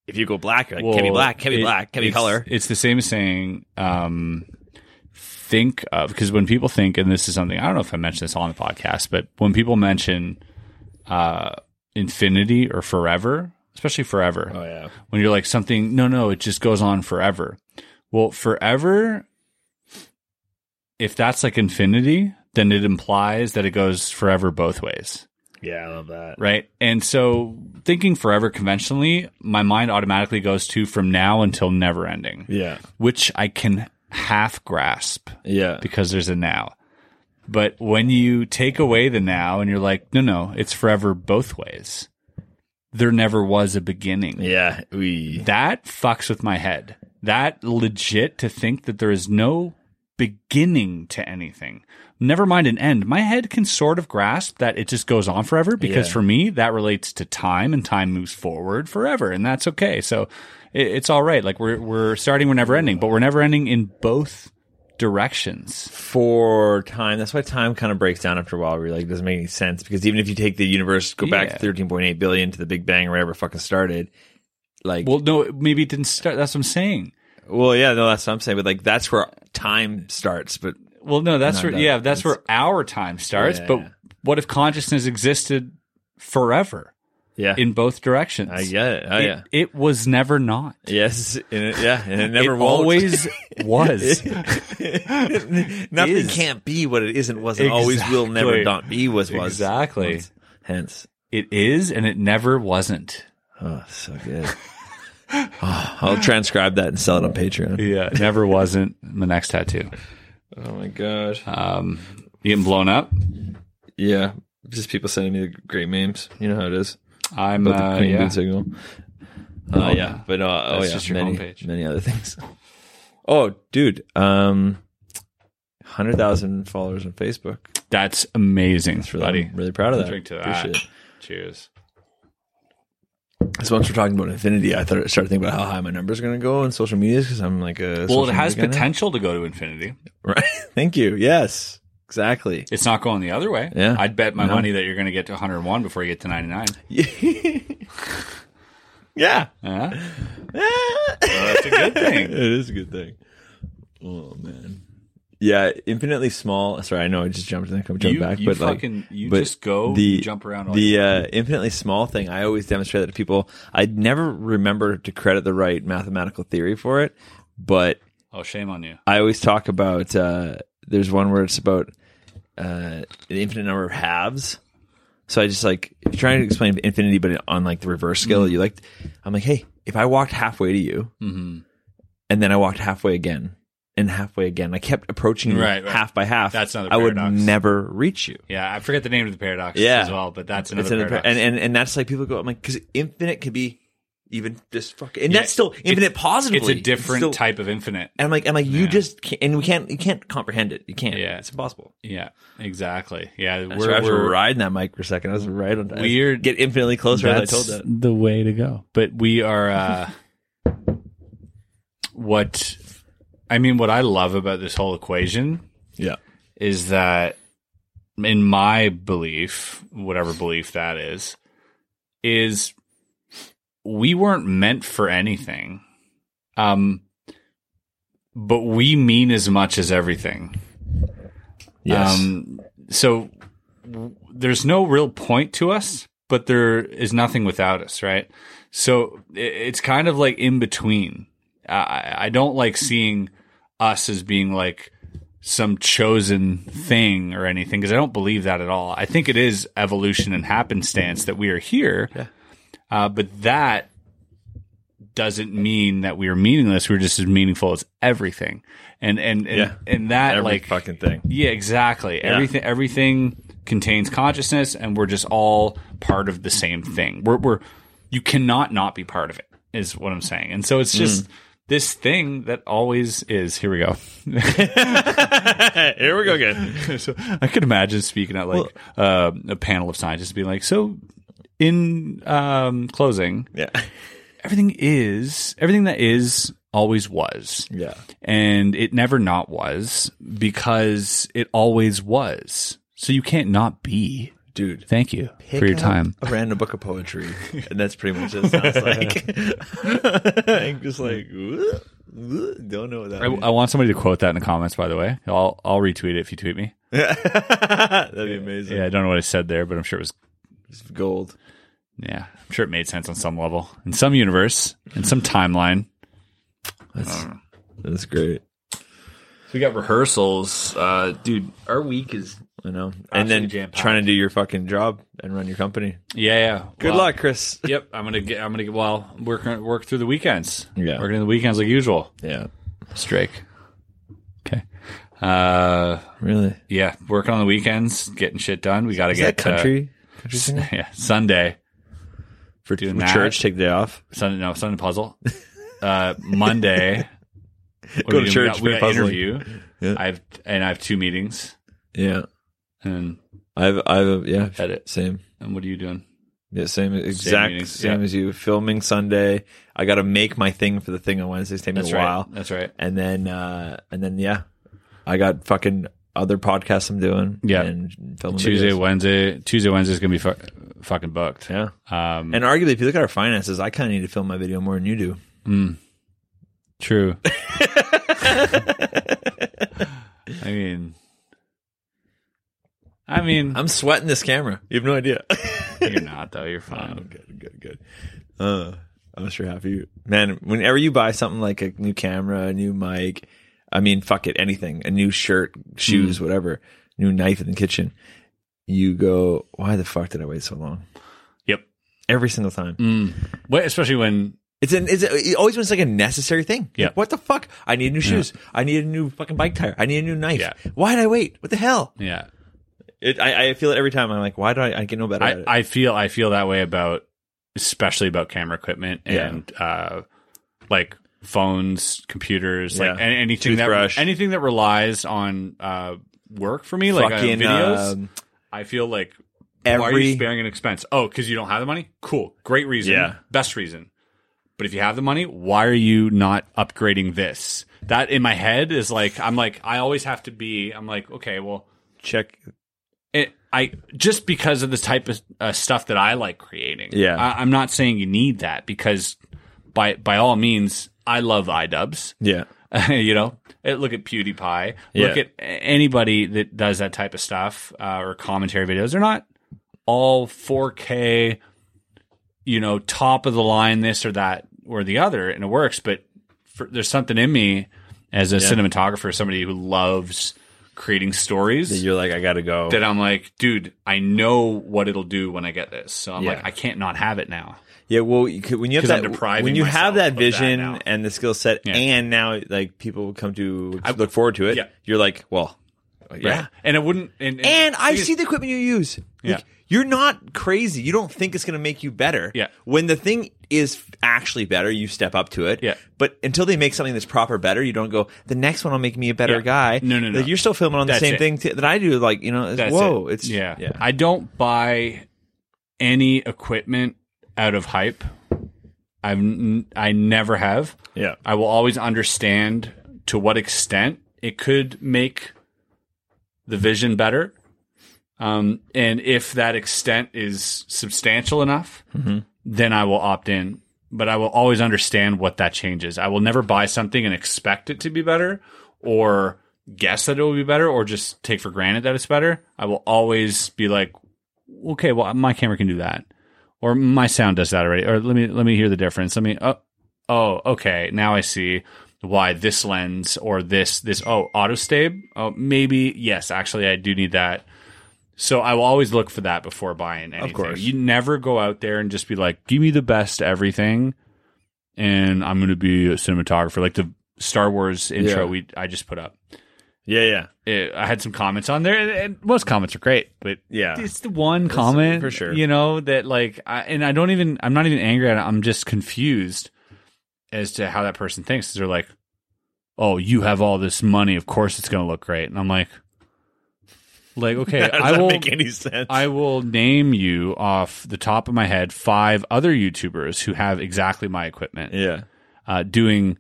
Speaker 4: if you go black, you're like, can't be black, can't be
Speaker 2: it-
Speaker 4: black, can't be
Speaker 2: it's-
Speaker 4: color.
Speaker 2: It's the same as saying, um, think of, because when people think, and this is something, I don't know if I mentioned this on the podcast, but when people mention uh, infinity or forever, especially forever,
Speaker 4: Oh, yeah.
Speaker 2: when you're like something, no, no, it just goes on forever. Well, forever, if that's like infinity, then it implies that it goes forever both ways
Speaker 4: Yeah, I love that.
Speaker 2: right? And so thinking forever conventionally, my mind automatically goes to from now until never ending,
Speaker 4: Yeah.
Speaker 2: which I can half grasp
Speaker 4: Yeah.
Speaker 2: because there's a now. But when you take away the now and you're like, no, no, it's forever both ways. There never was a beginning.
Speaker 4: Yeah. We.
Speaker 2: That fucks with my head. That legit to think that there is no beginning to anything. Never mind an end. My head can sort of grasp that it just goes on forever because
Speaker 4: Yeah.
Speaker 2: for me, that relates to time and time moves forward forever. And that's okay. So it, it's all right. Like we're, we're starting, we're never ending, but we're never ending in both directions.
Speaker 4: For time, that's why time kind of breaks down after a while. Where you're like, it doesn't make any sense because even if you take the universe, go
Speaker 2: Yeah.
Speaker 4: back to 13.8 billion to the Big Bang or whatever fucking started, like, well,
Speaker 2: Well, no, maybe it didn't start. That's what I'm saying.
Speaker 4: yeah, no, that's what I'm saying. But like, that's where time starts. But
Speaker 2: Well, no, that's
Speaker 4: No,
Speaker 2: where
Speaker 4: that-
Speaker 2: yeah, that's where our time starts.
Speaker 4: Yeah,
Speaker 2: but
Speaker 4: yeah.
Speaker 2: what if consciousness existed forever
Speaker 4: Yeah.
Speaker 2: in both directions?
Speaker 4: I get it. Oh,
Speaker 2: it,
Speaker 4: yeah.
Speaker 2: it was never not.
Speaker 4: Yes. And it, yeah. And it never
Speaker 2: it
Speaker 4: won't.
Speaker 2: always was.
Speaker 4: Nothing
Speaker 2: is.
Speaker 4: can't be what it isn't, wasn't, always will, never
Speaker 2: Exactly.
Speaker 4: not be, was, was.
Speaker 2: Exactly.
Speaker 4: was. Hence.
Speaker 2: It is, and it never wasn't.
Speaker 4: Oh, so good. Oh, I'll transcribe that and sell it on Patreon.
Speaker 2: Yeah, it never wasn't. The next tattoo.
Speaker 4: Oh my god.
Speaker 2: Um, you getting blown up?
Speaker 4: Yeah. Just people sending me great memes. You know how it is.
Speaker 2: I'm. Uh, yeah.
Speaker 4: signal. Uh, yeah,
Speaker 2: no.
Speaker 4: but uh, oh
Speaker 2: That's
Speaker 4: yeah,
Speaker 2: just your
Speaker 4: many,
Speaker 2: homepage.
Speaker 4: many other things. Oh, dude, um, hundred thousand followers on Facebook.
Speaker 2: That's amazing,
Speaker 4: It's really,
Speaker 2: buddy.
Speaker 4: I'm really proud of that.
Speaker 2: Drink to that.
Speaker 4: Appreciate it.
Speaker 2: Cheers.
Speaker 4: So once we're talking about infinity, I thought, started thinking about how high my numbers are going to go on social media because I'm like a
Speaker 2: Well,
Speaker 4: social
Speaker 2: it has
Speaker 4: media guy now.
Speaker 2: potential to go to infinity.
Speaker 4: Right? Thank you. Yes, exactly.
Speaker 2: It's not going the other way.
Speaker 4: Yeah.
Speaker 2: I'd bet my
Speaker 4: No.
Speaker 2: money that you're going to get to 101 before you get to 99.
Speaker 4: yeah,
Speaker 2: Yeah.
Speaker 4: that's
Speaker 2: a good thing.
Speaker 4: it is a good thing. Oh man. Yeah, infinitely small. Sorry, I know I just jumped and then come jump
Speaker 2: you
Speaker 4: back,
Speaker 2: you
Speaker 4: but like
Speaker 2: fucking you
Speaker 4: but
Speaker 2: just go
Speaker 4: the-
Speaker 2: you jump around all you
Speaker 4: the uh, infinitely small thing i always demonstrate that to people i never remember to credit the right mathematical theory for it but
Speaker 2: Oh, shame on you.
Speaker 4: i always talk about uh, there's one where it's about uh, an infinite number of halves so i just like if you're trying to explain infinity but on like the reverse scale
Speaker 2: Mm-hmm.
Speaker 4: you like i'm like hey if i walked halfway to you
Speaker 2: Mm-hmm.
Speaker 4: and then i walked halfway again and halfway again i kept approaching you
Speaker 2: Right, right.
Speaker 4: half by half
Speaker 2: That's another
Speaker 4: i would
Speaker 2: paradox.
Speaker 4: never reach you
Speaker 2: Yeah, I forget the name of the paradox
Speaker 4: Yeah.
Speaker 2: as well, but that's
Speaker 4: it's
Speaker 2: another
Speaker 4: another par-
Speaker 2: paradox.
Speaker 4: and, and and that's like people go, I'm like, because infinite could be even just fucking, and
Speaker 2: Yeah,
Speaker 4: that's still infinite positively.
Speaker 2: it's a different
Speaker 4: still-
Speaker 2: type of infinite.
Speaker 4: And I'm like, I'm like, you
Speaker 2: Yeah.
Speaker 4: just can't, and we can't, you can't comprehend it. You can't.
Speaker 2: Yeah.
Speaker 4: it's impossible.
Speaker 2: Yeah, exactly. Yeah,
Speaker 4: We're, I was riding that mic for a second. I was right on time.
Speaker 2: Weird.
Speaker 4: Get infinitely closer. As I told that.
Speaker 2: the way to go. But we are uh, what I mean. What I love about this whole equation
Speaker 4: Yeah.
Speaker 2: is that, in my belief, whatever belief that is, is we weren't meant for anything, um, but we mean as much as everything.
Speaker 4: Yes.
Speaker 2: Um, so w- there's no real point to us, but there is nothing without us, right? So i- it's kind of like in between. I- I, I don't like seeing us as being like some chosen thing or anything because I don't believe that at all. I think it is evolution and happenstance that we are here, uh, but that doesn't mean that we are meaningless. We're just as meaningful as everything, and and and,
Speaker 4: Yeah.
Speaker 2: and that
Speaker 4: Every
Speaker 2: like
Speaker 4: fucking thing.
Speaker 2: yeah, exactly. Everything everything contains consciousness and we're just all part of the same thing. We're we're you cannot not be part of it is what I'm saying. And so it's
Speaker 4: Mm.
Speaker 2: just this thing that always is. Here we go.
Speaker 4: Here we go again.
Speaker 2: so I could imagine speaking at like uh, a panel of scientists being like, so in um, closing,
Speaker 4: Yeah.
Speaker 2: everything is everything that is always was
Speaker 4: Yeah.
Speaker 2: and it never not was because it always was. So you can't not be.
Speaker 4: Dude.
Speaker 2: Thank you
Speaker 4: Pick
Speaker 2: for your
Speaker 4: up
Speaker 2: time.
Speaker 4: A random book of poetry, and that's pretty much it. it Sounds like I'm just like don't know what that.
Speaker 2: I, I want somebody to quote that in the comments. By the way, I'll I'll retweet it if you tweet me.
Speaker 4: That'd be amazing.
Speaker 2: Yeah, I don't know what I said there, but I'm sure it was.
Speaker 4: It's gold.
Speaker 2: Yeah, I'm sure it made sense on some level, in some universe, in some timeline.
Speaker 4: That's, that's great.
Speaker 2: We got rehearsals, uh, dude. Our week is
Speaker 4: I know. And then
Speaker 2: jam-packed.
Speaker 4: trying to do your fucking job and run your company.
Speaker 2: yeah. yeah.
Speaker 4: Good
Speaker 2: Well,
Speaker 4: luck, Chris.
Speaker 2: Yep, I'm gonna get. I'm gonna get. Well, work work through the weekends.
Speaker 4: Yeah.
Speaker 2: working the weekends like usual.
Speaker 4: Yeah.
Speaker 2: Strike. Okay. Uh,
Speaker 4: Really?
Speaker 2: yeah, working on the weekends, getting shit done. We got to
Speaker 4: Is that
Speaker 2: get uh,
Speaker 4: country? country
Speaker 2: s-
Speaker 4: singer?
Speaker 2: yeah, Sunday,
Speaker 4: For
Speaker 2: doing
Speaker 4: for
Speaker 2: that.
Speaker 4: church, take the day off.
Speaker 2: Sunday, no Sunday puzzle. Uh, Monday, what
Speaker 4: Go
Speaker 2: do we
Speaker 4: to
Speaker 2: do? We got,
Speaker 4: church for
Speaker 2: we got
Speaker 4: puzzling.
Speaker 2: interview.
Speaker 4: Yeah.
Speaker 2: I've and I have two meetings.
Speaker 4: Yeah.
Speaker 2: And
Speaker 4: I've, I've, yeah.
Speaker 2: Edit.
Speaker 4: Same.
Speaker 2: and what are you doing?
Speaker 4: Yeah, same exact same,
Speaker 2: meetings, yeah.
Speaker 4: as you. Filming Sunday. I got to make my thing for the thing on Wednesdays. Take me
Speaker 2: That's
Speaker 4: a while.
Speaker 2: right. That's right.
Speaker 4: And then, uh, and then, yeah, I got fucking other podcasts I'm doing.
Speaker 2: Yeah.
Speaker 4: And filming
Speaker 2: Tuesday,
Speaker 4: videos.
Speaker 2: Wednesday, Tuesday, Wednesday is gonna be fu- fucking booked.
Speaker 4: Yeah.
Speaker 2: Um,
Speaker 4: And arguably, if you look at our finances, I kind of need to film my video more than you do.
Speaker 2: true. I mean, I mean,
Speaker 4: I'm sweating this camera. You have no idea.
Speaker 2: you're not though. You're fine.
Speaker 4: good, good, good. Uh, I'm sure happy. Man, whenever you buy something like a new camera, a new mic, I mean, fuck it, anything, a new shirt, shoes, whatever, new knife in the kitchen, you go, why the fuck did I wait so long?
Speaker 2: Yep.
Speaker 4: Every single time.
Speaker 2: Wait, especially when
Speaker 4: It's an it's a, it always was like a necessary thing.
Speaker 2: Yeah.
Speaker 4: Like, what the fuck? I need new shoes. I need a new fucking bike tire. I need a new knife.
Speaker 2: Yeah.
Speaker 4: Why did I wait? What the hell?
Speaker 2: yeah,
Speaker 4: It, I, I feel it every time. I'm like, why do I, I get no better at
Speaker 2: I,
Speaker 4: it?
Speaker 2: I feel I feel that way about especially about camera equipment and uh, like phones, computers, like
Speaker 4: Yeah.
Speaker 2: an- anything
Speaker 4: Toothbrush.
Speaker 2: that anything that relies on uh, work for me, like uh,
Speaker 4: Fucking,
Speaker 2: videos.
Speaker 4: um,
Speaker 2: I feel like why are
Speaker 4: every-
Speaker 2: you sparing an expense? Oh, because you don't have the money. Cool, great reason.
Speaker 4: Yeah.
Speaker 2: best reason. But if you have the money, why are you not upgrading this? That in my head is like I'm like I always have to be. I'm like okay, well
Speaker 4: check.
Speaker 2: it, I just because of the type of uh, stuff that I like creating.
Speaker 4: Yeah.
Speaker 2: I, I'm not saying you need that because by by all means, I love iDubbbz.
Speaker 4: Yeah.
Speaker 2: you know, Eh, look at PewDiePie. Look
Speaker 4: Yeah.
Speaker 2: at a- anybody that does that type of stuff uh, or commentary videos. They're not all 4K. You know, top of the line, this or that or the other, and it works. But for, there's something in me as a cinematographer, somebody who loves creating stories
Speaker 4: You're like, I gotta go.
Speaker 2: that I'm like, dude, I know what it'll do when I get this. So I'm
Speaker 4: Yeah.
Speaker 2: like, I can't not have it now.
Speaker 4: Yeah, well, you could, when you have
Speaker 2: 'Cause I'm
Speaker 4: that,
Speaker 2: depriving
Speaker 4: when you
Speaker 2: myself
Speaker 4: have that
Speaker 2: of that
Speaker 4: vision
Speaker 2: now.
Speaker 4: and the skill set,
Speaker 2: Yeah.
Speaker 4: and now like people come to look forward to it,
Speaker 2: yeah.
Speaker 4: you're like, well, yeah.
Speaker 2: Right? And it wouldn't. And, and,
Speaker 4: And I see the equipment you use. Like,
Speaker 2: Yeah.
Speaker 4: you're not crazy. You don't think it's going to make you better.
Speaker 2: Yeah.
Speaker 4: When the thing is actually better, you step up to it.
Speaker 2: Yeah.
Speaker 4: But until they make something that's proper better, you don't go. The next one will make me a better
Speaker 2: Yeah.
Speaker 4: guy.
Speaker 2: No, no, no.
Speaker 4: Like, you're still filming on the
Speaker 2: That's
Speaker 4: same
Speaker 2: it.
Speaker 4: thing t- that I do. Like, you know, it's, whoa,
Speaker 2: it.
Speaker 4: it's
Speaker 2: yeah.
Speaker 4: yeah.
Speaker 2: I don't buy any equipment out of hype. I've n- I never have.
Speaker 4: Yeah.
Speaker 2: I will always understand to what extent it could make the vision better. Um, and if that extent is substantial enough, then I will opt in. But I will always understand what that changes. I will never buy something and expect it to be better or guess that it will be better or just take for granted that it's better. I will always be like, okay, well, my camera can do that. Or my sound does that already. Or let me let me hear the difference. Let me oh oh, okay, now I see why this lens or this this oh autostave. Oh maybe yes, actually I do need that. So I will always look for that before buying anything.
Speaker 4: course.
Speaker 2: You never go out there and just be like, give me the best everything and I'm gonna be a cinematographer. Like the Star Wars intro
Speaker 4: Yeah.
Speaker 2: we I just put up.
Speaker 4: Yeah. Yeah.
Speaker 2: It, I had some comments on there, and, and most comments are great, but
Speaker 4: Yeah.
Speaker 2: it's the one comment
Speaker 4: for sure.
Speaker 2: you know that like I, and i don't even i'm not even angry at it i'm just confused as to how that person thinks they're like oh you have all this money of course it's going to look great and i'm like like okay
Speaker 4: Does
Speaker 2: i
Speaker 4: that
Speaker 2: will
Speaker 4: make any sense?
Speaker 2: i will name you off the top of my head five other youtubers who have exactly my equipment
Speaker 4: yeah.
Speaker 2: uh, doing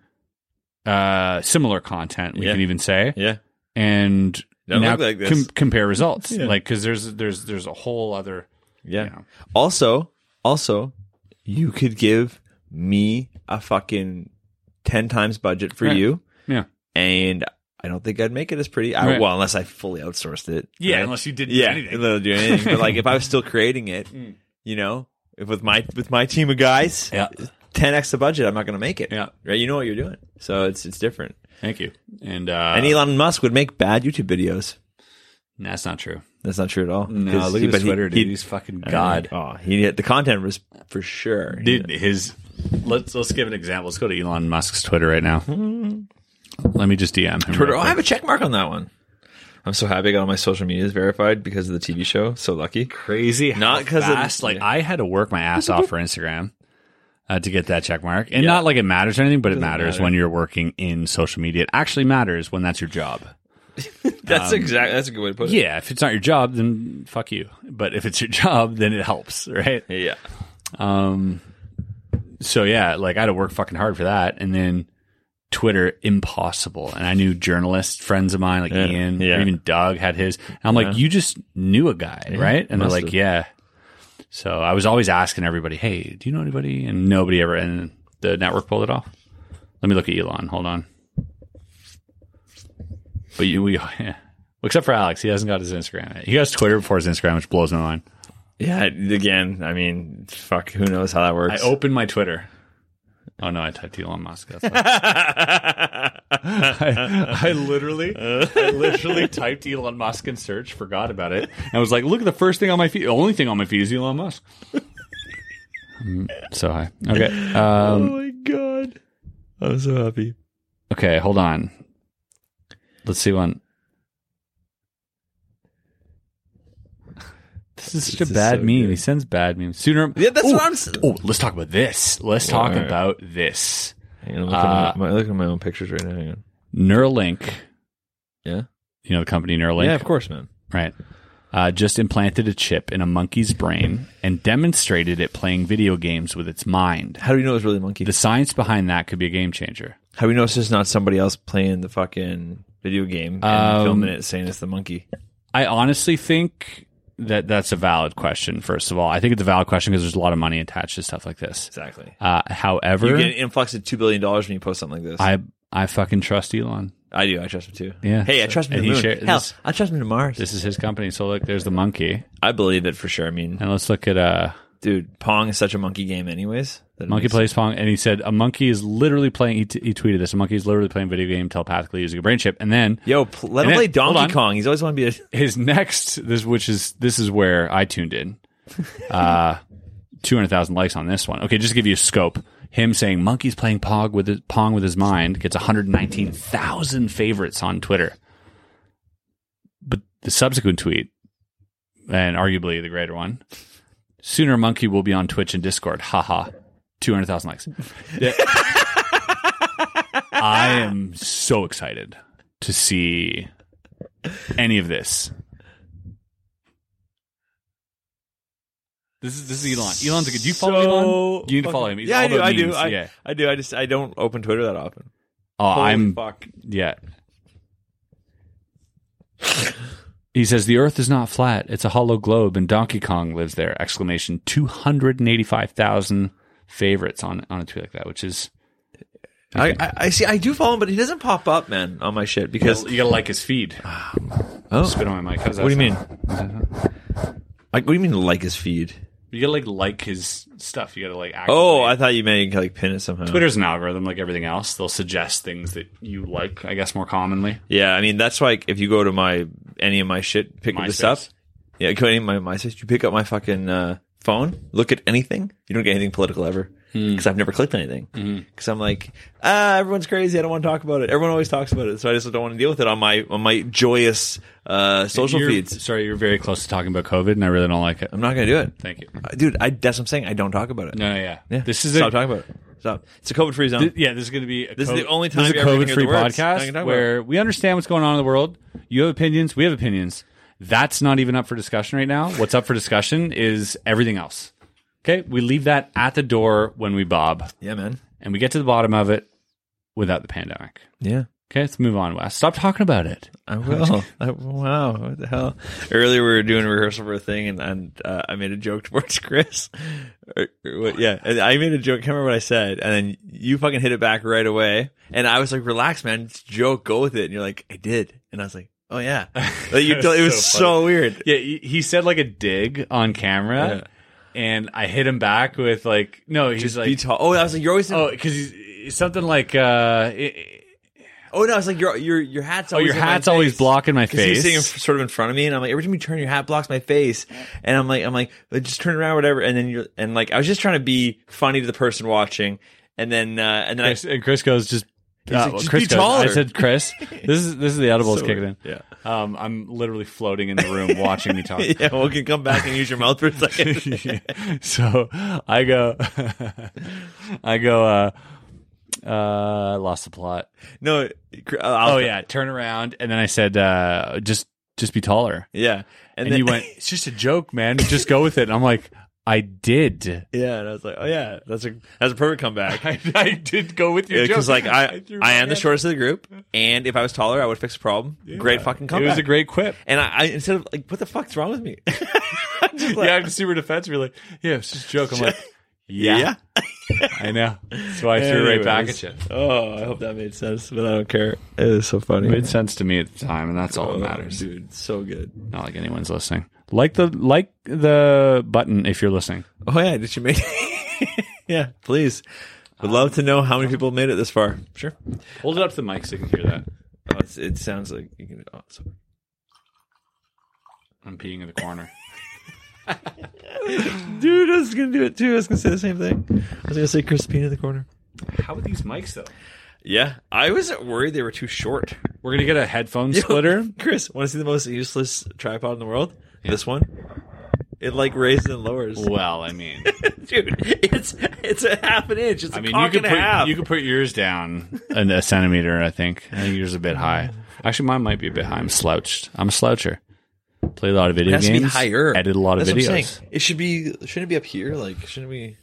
Speaker 2: uh similar content we
Speaker 4: Yeah.
Speaker 2: can even say
Speaker 4: Yeah.
Speaker 2: and
Speaker 4: Don't
Speaker 2: now
Speaker 4: look like this.
Speaker 2: compare results
Speaker 4: Yeah.
Speaker 2: like because there's there's there's a whole other
Speaker 4: Yeah.
Speaker 2: you know.
Speaker 4: Also, also, you could give me a fucking ten times budget for
Speaker 2: Right.
Speaker 4: you,
Speaker 2: yeah
Speaker 4: and I don't think I'd make it as pretty. I,
Speaker 2: Right.
Speaker 4: Well, unless I fully outsourced it.
Speaker 2: Yeah,
Speaker 4: right?
Speaker 2: unless you didn't
Speaker 4: yeah,
Speaker 2: do anything. Mm.
Speaker 4: and they'll do anything. but like, if I was still creating it, you know, if with my with my team of guys,
Speaker 2: Yeah.
Speaker 4: ten x the budget, I'm not gonna make it.
Speaker 2: Yeah.
Speaker 4: right. You know what you're doing, so it's it's different.
Speaker 2: Thank you. And, uh,
Speaker 4: and Elon Musk would make bad YouTube videos.
Speaker 2: that's not true.
Speaker 4: That's not true at all.
Speaker 2: No,
Speaker 4: 'Cause
Speaker 2: look
Speaker 4: he-
Speaker 2: at his
Speaker 4: but he-
Speaker 2: Twitter,
Speaker 4: he-
Speaker 2: dude. He's fucking god.
Speaker 4: Oh, he the content was for sure.
Speaker 2: Dude, his let's let's give an example. Let's go to Elon Musk's Twitter right now. Let me just DM him.
Speaker 4: Twitter.
Speaker 2: real
Speaker 4: Oh, I
Speaker 2: quick.
Speaker 4: have a check mark on that one. I'm so happy I got all my social medias verified because of the TV show. So lucky.
Speaker 2: crazy.
Speaker 4: Not
Speaker 2: Not
Speaker 4: 'cause
Speaker 2: because
Speaker 4: of-
Speaker 2: like
Speaker 4: yeah.
Speaker 2: I had to work my ass off for Instagram uh, to get that check mark, and not like it matters or anything, but it matters
Speaker 4: matter.
Speaker 2: when you're working in social media. It actually matters when that's your job.
Speaker 4: That's
Speaker 3: um,
Speaker 4: exactly. That's a good way to put
Speaker 2: Yeah, if it's not your job, then fuck you. But if it's your job, then it helps, right?
Speaker 4: Yeah. Yeah.
Speaker 2: Um, so yeah, like I had to work fucking hard for that, and then Twitter impossible. And I knew journalists, friends of mine, like Ian,
Speaker 4: yeah.
Speaker 2: or even Doug had his. And I'm like, you just knew a guy, right? And they're
Speaker 4: must
Speaker 2: like,
Speaker 4: have.
Speaker 2: yeah. So I was always asking everybody, hey, do you know anybody? And nobody ever. And the network pulled it off. Let me look at Elon. Hold on. But you, we, yeah. except for Alex, he hasn't got his Instagram. He got his Twitter before his Instagram, which blows my mind.
Speaker 3: Yeah, again, I mean, fuck, who knows how that
Speaker 2: I
Speaker 3: works?
Speaker 2: opened my Twitter. Oh no, I typed Elon Musk. That's not- I, I literally, I literally typed Elon Musk in search, forgot about it, and was like, "Look at the first thing on my feed. The only thing on my feed is Elon Musk." Mm, so high. Okay. Um,
Speaker 3: oh my god, I'm so happy.
Speaker 2: Okay, hold on. Let's see one. This is such a
Speaker 3: is
Speaker 2: bad
Speaker 3: so
Speaker 2: meme.
Speaker 3: good.
Speaker 2: He sends bad memes. Sooner.
Speaker 4: Yeah, that's
Speaker 2: Ooh,
Speaker 4: what I'm s-
Speaker 2: Oh, let's talk about this. Let's talk
Speaker 3: Alright.
Speaker 2: about this.
Speaker 3: Hang on, I'm looking,
Speaker 2: Uh,
Speaker 3: at my, looking at my own pictures right now. Hang on.
Speaker 2: Neuralink.
Speaker 3: Yeah?
Speaker 2: You know the company Neuralink?
Speaker 3: yeah, of course, man.
Speaker 2: Right. Uh, just implanted a chip in a monkey's brain and demonstrated it playing video games with its mind.
Speaker 4: How do we know it's really monkey?
Speaker 2: The science behind that could be a game changer.
Speaker 4: How do we know it's just not somebody else playing the fucking video game and
Speaker 2: Um,
Speaker 4: filming it, saying it's the monkey?
Speaker 2: I honestly think that that's a valid question. First of all, I think it's a valid question because there's a lot of money attached to stuff like this.
Speaker 4: Exactly.
Speaker 2: Uh, however,
Speaker 4: You get an influx of two billion dollars when you post something like this. I,
Speaker 2: I I fucking trust Elon.
Speaker 4: do. I trust him too.
Speaker 2: Yeah.
Speaker 4: Hey, I trust him to
Speaker 2: And
Speaker 4: the
Speaker 2: he
Speaker 4: moon.
Speaker 2: shared-
Speaker 4: Hell,
Speaker 2: this-
Speaker 4: I trust him to Mars.
Speaker 2: This is his company, so look, there's the monkey,
Speaker 4: I believe it for sure. I mean,
Speaker 2: and let's look at uh
Speaker 4: dude, Pong is such a monkey game, anyways. that it
Speaker 2: monkey
Speaker 4: makes-
Speaker 2: plays pong, and he said a monkey is literally playing. He, t- he tweeted this: a monkey is literally playing video game telepathically using a brain chip, and then
Speaker 4: Yo, pl- let
Speaker 2: And
Speaker 4: him
Speaker 2: it-
Speaker 4: play
Speaker 2: hold on.
Speaker 4: Donkey Kong. He's always wanted to be
Speaker 2: his next this which is this is where I tuned in. Uh 200,000 likes on this one. Okay, just to give you a scope. Him saying monkeys playing pog with his, pong with his mind gets 119,000 favorites on Twitter. But the subsequent tweet and arguably the greater one, sooner monkey will be on Twitch and Discord. Haha. 200,000 likes. Yeah. I am so excited to see any of this. This is this is Elon. Elon's a good. Do you follow Elon? You need to follow him. He's
Speaker 4: yeah, I
Speaker 2: all
Speaker 4: do.
Speaker 2: about
Speaker 4: I do.
Speaker 2: memes.
Speaker 4: I,
Speaker 2: yeah.
Speaker 4: I do. I just I don't open Twitter that often.
Speaker 2: Oh,
Speaker 4: Holy
Speaker 2: I'm.
Speaker 4: fuck.
Speaker 2: Yeah. he says the Earth is not flat; it's a hollow globe, and Donkey Kong lives there! Exclamation! Two hundred and eighty-five thousand favorites on on a tweet like that, which is
Speaker 4: I, I, I see. I do follow him, but he doesn't pop up, man, on my shit because
Speaker 2: you gotta like his feed.
Speaker 4: Oh.
Speaker 2: Spit on my mic. How's that
Speaker 4: What do you mean?
Speaker 2: sound?
Speaker 4: Like, what do you mean like his feed?
Speaker 2: You gotta like like his stuff. You gotta like. Actively.
Speaker 4: Oh, I thought you meant like pin it somehow.
Speaker 2: Twitter's an algorithm like everything else. They'll suggest things that you like, I guess, more commonly.
Speaker 4: Yeah, I mean that's why if you go to my any of my shit, pick up the
Speaker 2: MySpace.
Speaker 4: stuff. Yeah, go to any of my MySpace. You pick up my fucking uh, phone, look at anything. You don't get anything political ever
Speaker 2: Hmm.
Speaker 4: because I've never clicked anything. Because I'm like, ah, everyone's crazy. I don't want to talk about it. Everyone always talks about it, so I just don't want to deal with it on my on my joyous uh, social
Speaker 2: You're-
Speaker 4: feeds.
Speaker 2: Sorry, you're very close to talking about COVID, and I really don't like it.
Speaker 4: I'm not gonna do it,
Speaker 2: Thank you.
Speaker 4: Uh, dude. I, that's what I'm saying. I don't talk about it.
Speaker 2: No, no, yeah.
Speaker 4: Yeah,
Speaker 2: This is
Speaker 4: stop
Speaker 2: a,
Speaker 4: talking about it. Stop. It's a COVID free zone.
Speaker 2: th- yeah. Um, This is going to be. A
Speaker 4: This is
Speaker 2: co-
Speaker 4: the only
Speaker 2: This
Speaker 4: time
Speaker 2: is a
Speaker 4: you're ever gonna get
Speaker 2: COVID-free
Speaker 4: the words. Now you can
Speaker 2: podcast
Speaker 4: talk about
Speaker 2: where we understand what's going on in the world. You have opinions. We have opinions. That's not even up for discussion right now. What's up for discussion is everything else. Okay, we leave that at the door when we bob,
Speaker 4: yeah, man.
Speaker 2: and we get to the bottom of it without the pandemic.
Speaker 4: Yeah.
Speaker 2: Okay, let's move on, Wes. Stop talking about it.
Speaker 4: I will. I, wow, what the hell? Earlier we were doing a rehearsal for a thing, and, and uh, I made a joke towards Chris. Or- or what- yeah, and I made a joke. I can't remember what I said, and then you fucking hit it back right away. And I was like, "Relax, man. It's a joke. Go with it." And you're like, "I did," and I was like, "Oh yeah." Like, you
Speaker 2: That
Speaker 4: told- it
Speaker 2: was
Speaker 4: was
Speaker 2: so
Speaker 4: so,
Speaker 2: funny.
Speaker 4: weird.
Speaker 2: Yeah, he he said like a dig on camera, and I hit him back with like, no, he's
Speaker 4: Just
Speaker 2: like,
Speaker 4: be tall. Oh, I was like, "You're always." In-
Speaker 2: oh, because he's he's something like, uh, i- i-
Speaker 4: oh no, I was like, "Your your your hat's
Speaker 2: oh,
Speaker 4: always
Speaker 2: your
Speaker 4: in my
Speaker 2: hat's always
Speaker 4: face."
Speaker 2: blocking my
Speaker 4: Because he's
Speaker 2: face.
Speaker 4: sitting in- sort of in front of me, and I'm like, every time you turn, your hat blocks my face, and I'm like, I'm like, "Like, just turn around, whatever. And then you're, and like, I was just trying to be funny to the person watching, and then, uh, and then
Speaker 2: Chris- and Chris goes just. Uh,
Speaker 4: like,
Speaker 2: well,
Speaker 4: "Just
Speaker 2: Chris
Speaker 4: be
Speaker 2: goes- I
Speaker 4: taller."
Speaker 2: said, Chris, this is this is the edibles kicking in.
Speaker 4: yeah.
Speaker 2: um, I'm literally floating in the room watching me talk.
Speaker 4: I, yeah, well, we can come back and use your mouth for a second.
Speaker 2: so I go, I go. uh uh, I lost the plot.
Speaker 4: no, cr- uh, I'll-
Speaker 2: Oh yeah, turn around, and then I said, uh, "Just, just be taller."
Speaker 4: yeah,
Speaker 2: And, you went, "It's just a joke, man. Just go with it." And I'm like, "I did.
Speaker 4: yeah, and I was like, oh yeah, that's a that's a perfect comeback.
Speaker 2: I, I did go with your joke."
Speaker 4: Because like I,
Speaker 2: threw my
Speaker 4: I am the
Speaker 2: hand-
Speaker 4: shortest of the group, and if I was taller, I would fix the problem. Great fucking
Speaker 2: It
Speaker 4: comeback.
Speaker 2: was a great quip.
Speaker 4: and I, I instead of like, what the fuck's wrong with me?
Speaker 2: yeah, I'm super defensive. You're like, "Yeah, it's just a joke." I'm like, "Yeah,
Speaker 4: Yeah.
Speaker 2: I know. That's why I threw it right back at you.
Speaker 3: Oh, I hope that made sense, but I don't care. It is so funny.
Speaker 2: It made sense to me at the time, and
Speaker 4: Oh,
Speaker 2: that's all that matters.
Speaker 3: dude. So good.
Speaker 2: Not like anyone's listening. Like the like the button if you're listening.
Speaker 4: Oh yeah, did you make? yeah, please. Would love to know how many people made it this far. Um, Sure.
Speaker 2: Hold it up to the mic so you can hear that.
Speaker 4: Oh, it's, it sounds like you can. Oh, sorry.
Speaker 2: I'm peeing in the corner.
Speaker 4: Dude, I was gonna do it too. I was gonna say the same thing. I was gonna say Crispine in the corner.
Speaker 2: How are these mics though?
Speaker 4: Yeah, I was worried they were too short.
Speaker 2: We're gonna get a headphone splitter.
Speaker 4: Chris, want to see the most useless tripod in the world? This one. It like raises and lowers.
Speaker 2: Well, I mean,
Speaker 4: Dude, it's it's a half an inch. It's
Speaker 2: I
Speaker 4: a
Speaker 2: mean, you
Speaker 4: cock
Speaker 2: could
Speaker 4: and a half.
Speaker 2: put you could put yours down an- a centimeter. I think. I think yours is a bit high. Actually, mine might be a bit high. I'm slouched. I'm a sloucher. Play a lot of video
Speaker 4: it has to
Speaker 2: games.
Speaker 4: be higher.
Speaker 2: Edit a lot of
Speaker 4: That's what I'm
Speaker 2: videos.
Speaker 4: saying. It should be shouldn't it be up here? Like shouldn't we?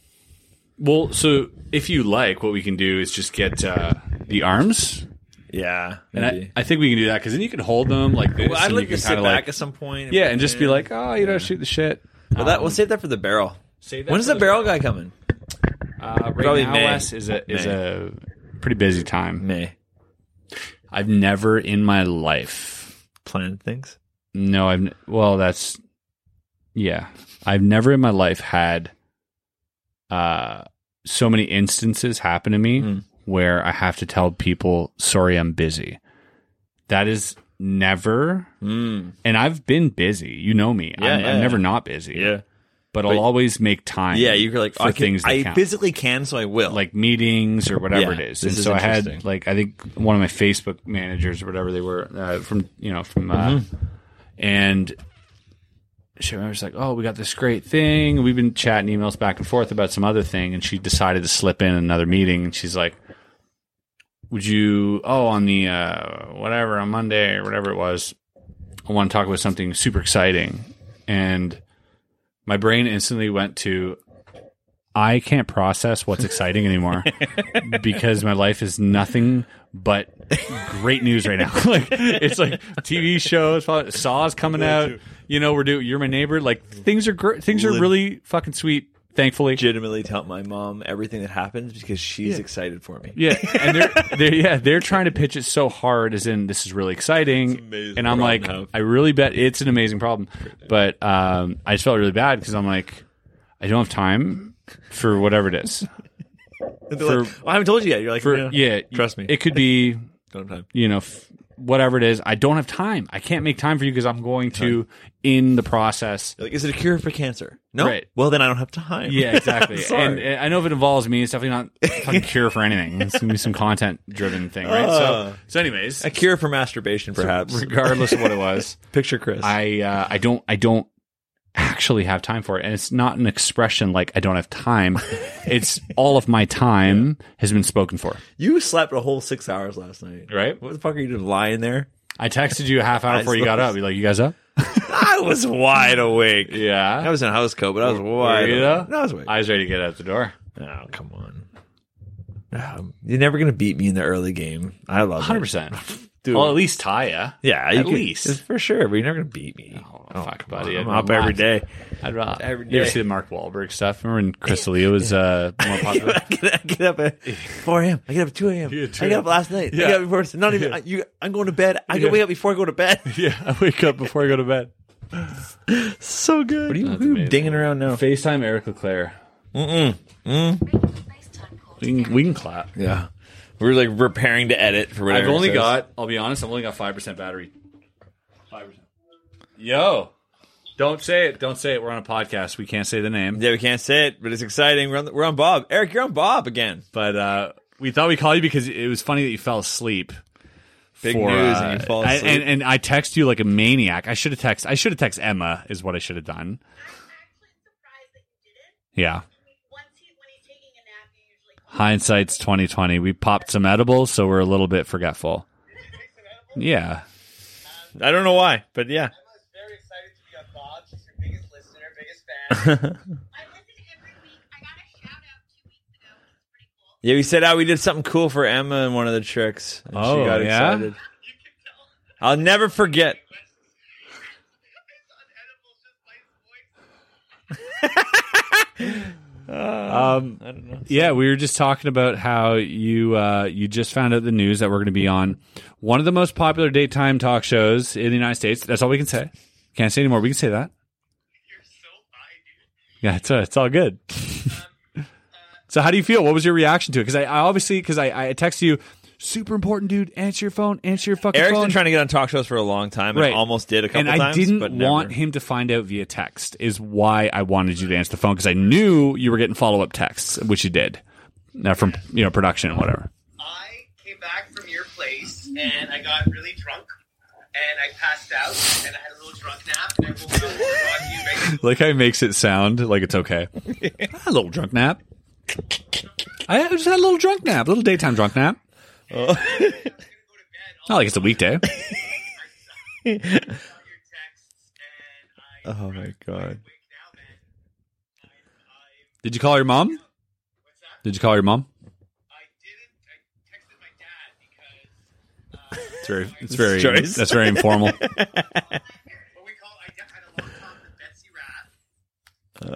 Speaker 2: Well, so if you like, what we can do is just get uh, the arms,
Speaker 4: Yeah.
Speaker 2: and I, I think we can do that because then you can hold them like this.
Speaker 4: well, I'd
Speaker 2: and
Speaker 4: like
Speaker 2: you can
Speaker 4: to sit
Speaker 2: kinda,
Speaker 4: back
Speaker 2: like,
Speaker 4: at some point.
Speaker 2: yeah, and just be like, um, oh, you know, shoot the shit.
Speaker 4: Well, that we'll save that for the barrel.
Speaker 2: Save that
Speaker 4: When's
Speaker 2: for
Speaker 4: the
Speaker 2: the
Speaker 4: barrel guy coming?
Speaker 2: Uh, right
Speaker 4: Probably
Speaker 2: now,
Speaker 4: May.
Speaker 2: Wes is a is
Speaker 4: May.
Speaker 2: a pretty busy time.
Speaker 4: May
Speaker 2: I've never in my life.
Speaker 4: plan things.
Speaker 2: No, I've n- well, that's yeah. I've never in my life had uh so many instances happen to me
Speaker 4: Hmm.
Speaker 2: where I have to tell people, "Sorry, I'm busy." That is never
Speaker 4: Mm.
Speaker 2: and I've been busy. You know me. I'm,
Speaker 4: yeah,
Speaker 2: I'm
Speaker 4: yeah.
Speaker 2: never not busy.
Speaker 3: Yeah.
Speaker 2: But, I'll always make time.
Speaker 4: Yeah, you're like
Speaker 2: for
Speaker 4: I can-
Speaker 2: things that
Speaker 4: I
Speaker 2: count.
Speaker 4: physically can, so I will.
Speaker 2: like meetings or whatever
Speaker 4: Yeah,
Speaker 2: it is.
Speaker 4: this
Speaker 2: And
Speaker 4: is
Speaker 2: so I had
Speaker 4: interesting.
Speaker 2: like I think one of my Facebook managers or whatever they were uh, from you know from uh,
Speaker 4: Mm-hmm.
Speaker 2: and she was like, "Oh, we got this great thing. We've been chatting emails back and forth about some other thing." And she decided to slip in another meeting, and she's like. Would you? Oh, on the uh, whatever on Monday or whatever it was, I want to talk about something super exciting, and my brain instantly went to I can't process what's exciting anymore because my life is nothing but great news right now. like it's like TV shows, probably- Saw's coming out. You know, we're doing. You're my neighbor. Like things are great. Things are
Speaker 4: Lit-
Speaker 2: really fucking sweet. Thankfully,
Speaker 4: legitimately tell my mom everything that happens because she's excited for me.
Speaker 2: yeah. And they're, they're yeah they're trying to pitch it so hard as in this is really exciting.
Speaker 4: amazing
Speaker 2: and I'm
Speaker 4: problem
Speaker 2: like,
Speaker 4: to have.
Speaker 2: I really bet it's an amazing problem, but um, I just felt really bad because I'm like, I don't have time for whatever it is.
Speaker 4: And they're like, well, I haven't told you yet. You're like,
Speaker 2: For,
Speaker 4: yeah,
Speaker 2: yeah,
Speaker 4: Trust me.
Speaker 2: It could be
Speaker 4: don't have time.
Speaker 2: you know, f- whatever it is. I don't have time. I can't make time for you because I'm going to in the process.
Speaker 4: You're like, is it a cure for cancer? No.
Speaker 2: Right.
Speaker 4: Well, then I don't have time.
Speaker 2: Yeah, exactly.
Speaker 4: Sorry.
Speaker 2: and, and I know if it involves me, it's definitely not a fucking cure for anything. It's gonna be some content driven thing, right?
Speaker 4: Uh.
Speaker 2: so, so anyways,
Speaker 4: a cure for masturbation, perhaps.
Speaker 2: regardless of what it was,
Speaker 4: Picture Chris.
Speaker 2: I uh, I don't I don't actually have time for it, and it's not an expression like I don't have time. It's all of my time has been spoken for.
Speaker 4: you slept a whole six hours last night.
Speaker 2: Right.
Speaker 4: What the fuck are you doing lying there?
Speaker 2: I texted you a half hour
Speaker 4: I
Speaker 2: before you got
Speaker 4: suppose.
Speaker 2: up. You like you guys up?
Speaker 4: I was wide awake.
Speaker 2: Yeah.
Speaker 4: I was in a house coat, but I was wide.
Speaker 2: you
Speaker 4: awake.
Speaker 2: though?
Speaker 4: No, I was awake.
Speaker 2: I was ready to get out the door.
Speaker 4: oh, come on. Um, you're never gonna beat me in the early game. I love
Speaker 2: Hundred
Speaker 4: it.
Speaker 2: percent.
Speaker 4: Dude.
Speaker 2: Well, at least tie ya.
Speaker 4: Yeah, you
Speaker 2: at
Speaker 4: could-
Speaker 2: least.
Speaker 4: for sure. But you're never gonna beat me.
Speaker 2: Oh, fuck, buddy.
Speaker 4: I'm
Speaker 2: I'd
Speaker 4: up every
Speaker 2: relax.
Speaker 4: day.
Speaker 2: I'd rock.
Speaker 4: Every
Speaker 2: You ever
Speaker 4: day.
Speaker 2: see the Mark Wahlberg stuff? Remember when Chris D'Elia was uh, more popular?
Speaker 4: I get, I get up at 4 a.m. I get up at 2 a.m. I get up last night. I
Speaker 2: Yeah.
Speaker 4: get up before. Not even. I, you, I'm going to bed. I can wake up before I go to bed.
Speaker 2: yeah, I wake up before I go to bed.
Speaker 4: so good. What are you,
Speaker 2: That's amazing.
Speaker 4: around now?
Speaker 2: FaceTime Eric LeClaire. Mm. We can, we can clap.
Speaker 4: Yeah, we're like preparing to edit for whatever.
Speaker 2: I've only
Speaker 4: it says.
Speaker 2: got, I'll be honest, I've only got 5% battery. 5%. Yo. Don't say it. Don't say it. We're on a podcast. We can't say the name.
Speaker 4: Yeah, we can't say it, but it's exciting. We're on, the, we're on Bob. Eric, you're on Bob again.
Speaker 2: But uh, we thought we'd call you because it was funny that you fell asleep.
Speaker 4: Big
Speaker 2: for,
Speaker 4: news,
Speaker 2: uh,
Speaker 4: and you fall
Speaker 2: I-
Speaker 4: asleep.
Speaker 2: and, and I text you like a maniac. I should have text. I should have text Emma is what I should have done.
Speaker 5: actually surprised that you didn't.
Speaker 2: Yeah.
Speaker 5: Once he when he's taking a nap, you usually
Speaker 2: Hindsight's twenty twenty. We popped some edibles, so we're a little bit forgetful. Yeah.
Speaker 4: I don't know why, but yeah.
Speaker 6: Emma's very excited to be on Bob. She's your biggest listener, biggest fan.
Speaker 5: I listen every week. I got a shout out two weeks ago, which is pretty cool.
Speaker 4: Yeah, we said how we did something cool for Emma in one of the tricks. And
Speaker 2: Oh,
Speaker 4: she got
Speaker 2: yeah?
Speaker 4: excited. I'll never forget.
Speaker 2: Um,
Speaker 3: I don't know.
Speaker 2: Yeah, we were just talking about how you uh, you just found out the news that we're going to be on one of the most popular daytime talk shows in the United States. That's all we can say. Can't say anymore. We can say that.
Speaker 6: You're so fine, dude. Um, uh,
Speaker 2: Yeah, it's uh, it's all good. so how do you feel? What was your reaction to it? Because I, I obviously because I I text you super important, dude. Answer your phone. Answer your fucking
Speaker 4: Eric's
Speaker 2: phone.
Speaker 4: been trying to get on talk shows for a long time and
Speaker 2: Right.
Speaker 4: almost did a couple
Speaker 2: and I
Speaker 4: times.
Speaker 2: didn't
Speaker 4: but never.
Speaker 2: want him to find out via text. Is why I wanted you to answer the phone because I knew you were getting follow up texts, which you did, now from you know production and whatever.
Speaker 6: I came back from your place and I got really drunk and I passed out and I had a little drunk nap and I woke up and you ready
Speaker 2: Like how he makes it sound like it's okay. I had a little drunk nap. I just had a little drunk nap, a little daytime drunk nap.
Speaker 6: to go
Speaker 4: Oh.
Speaker 6: to bed.
Speaker 2: Not like it's a weekday.
Speaker 6: All your texts and I
Speaker 4: Oh my
Speaker 6: wake
Speaker 4: god.
Speaker 6: now, man. I, I,
Speaker 2: Did you call your mom?
Speaker 6: what's that?
Speaker 2: Did you call your mom?
Speaker 6: I didn't. I texted my dad because uh,
Speaker 4: It's very,
Speaker 2: It's very
Speaker 4: Choice.
Speaker 2: that's very informal.
Speaker 6: what we call I had a long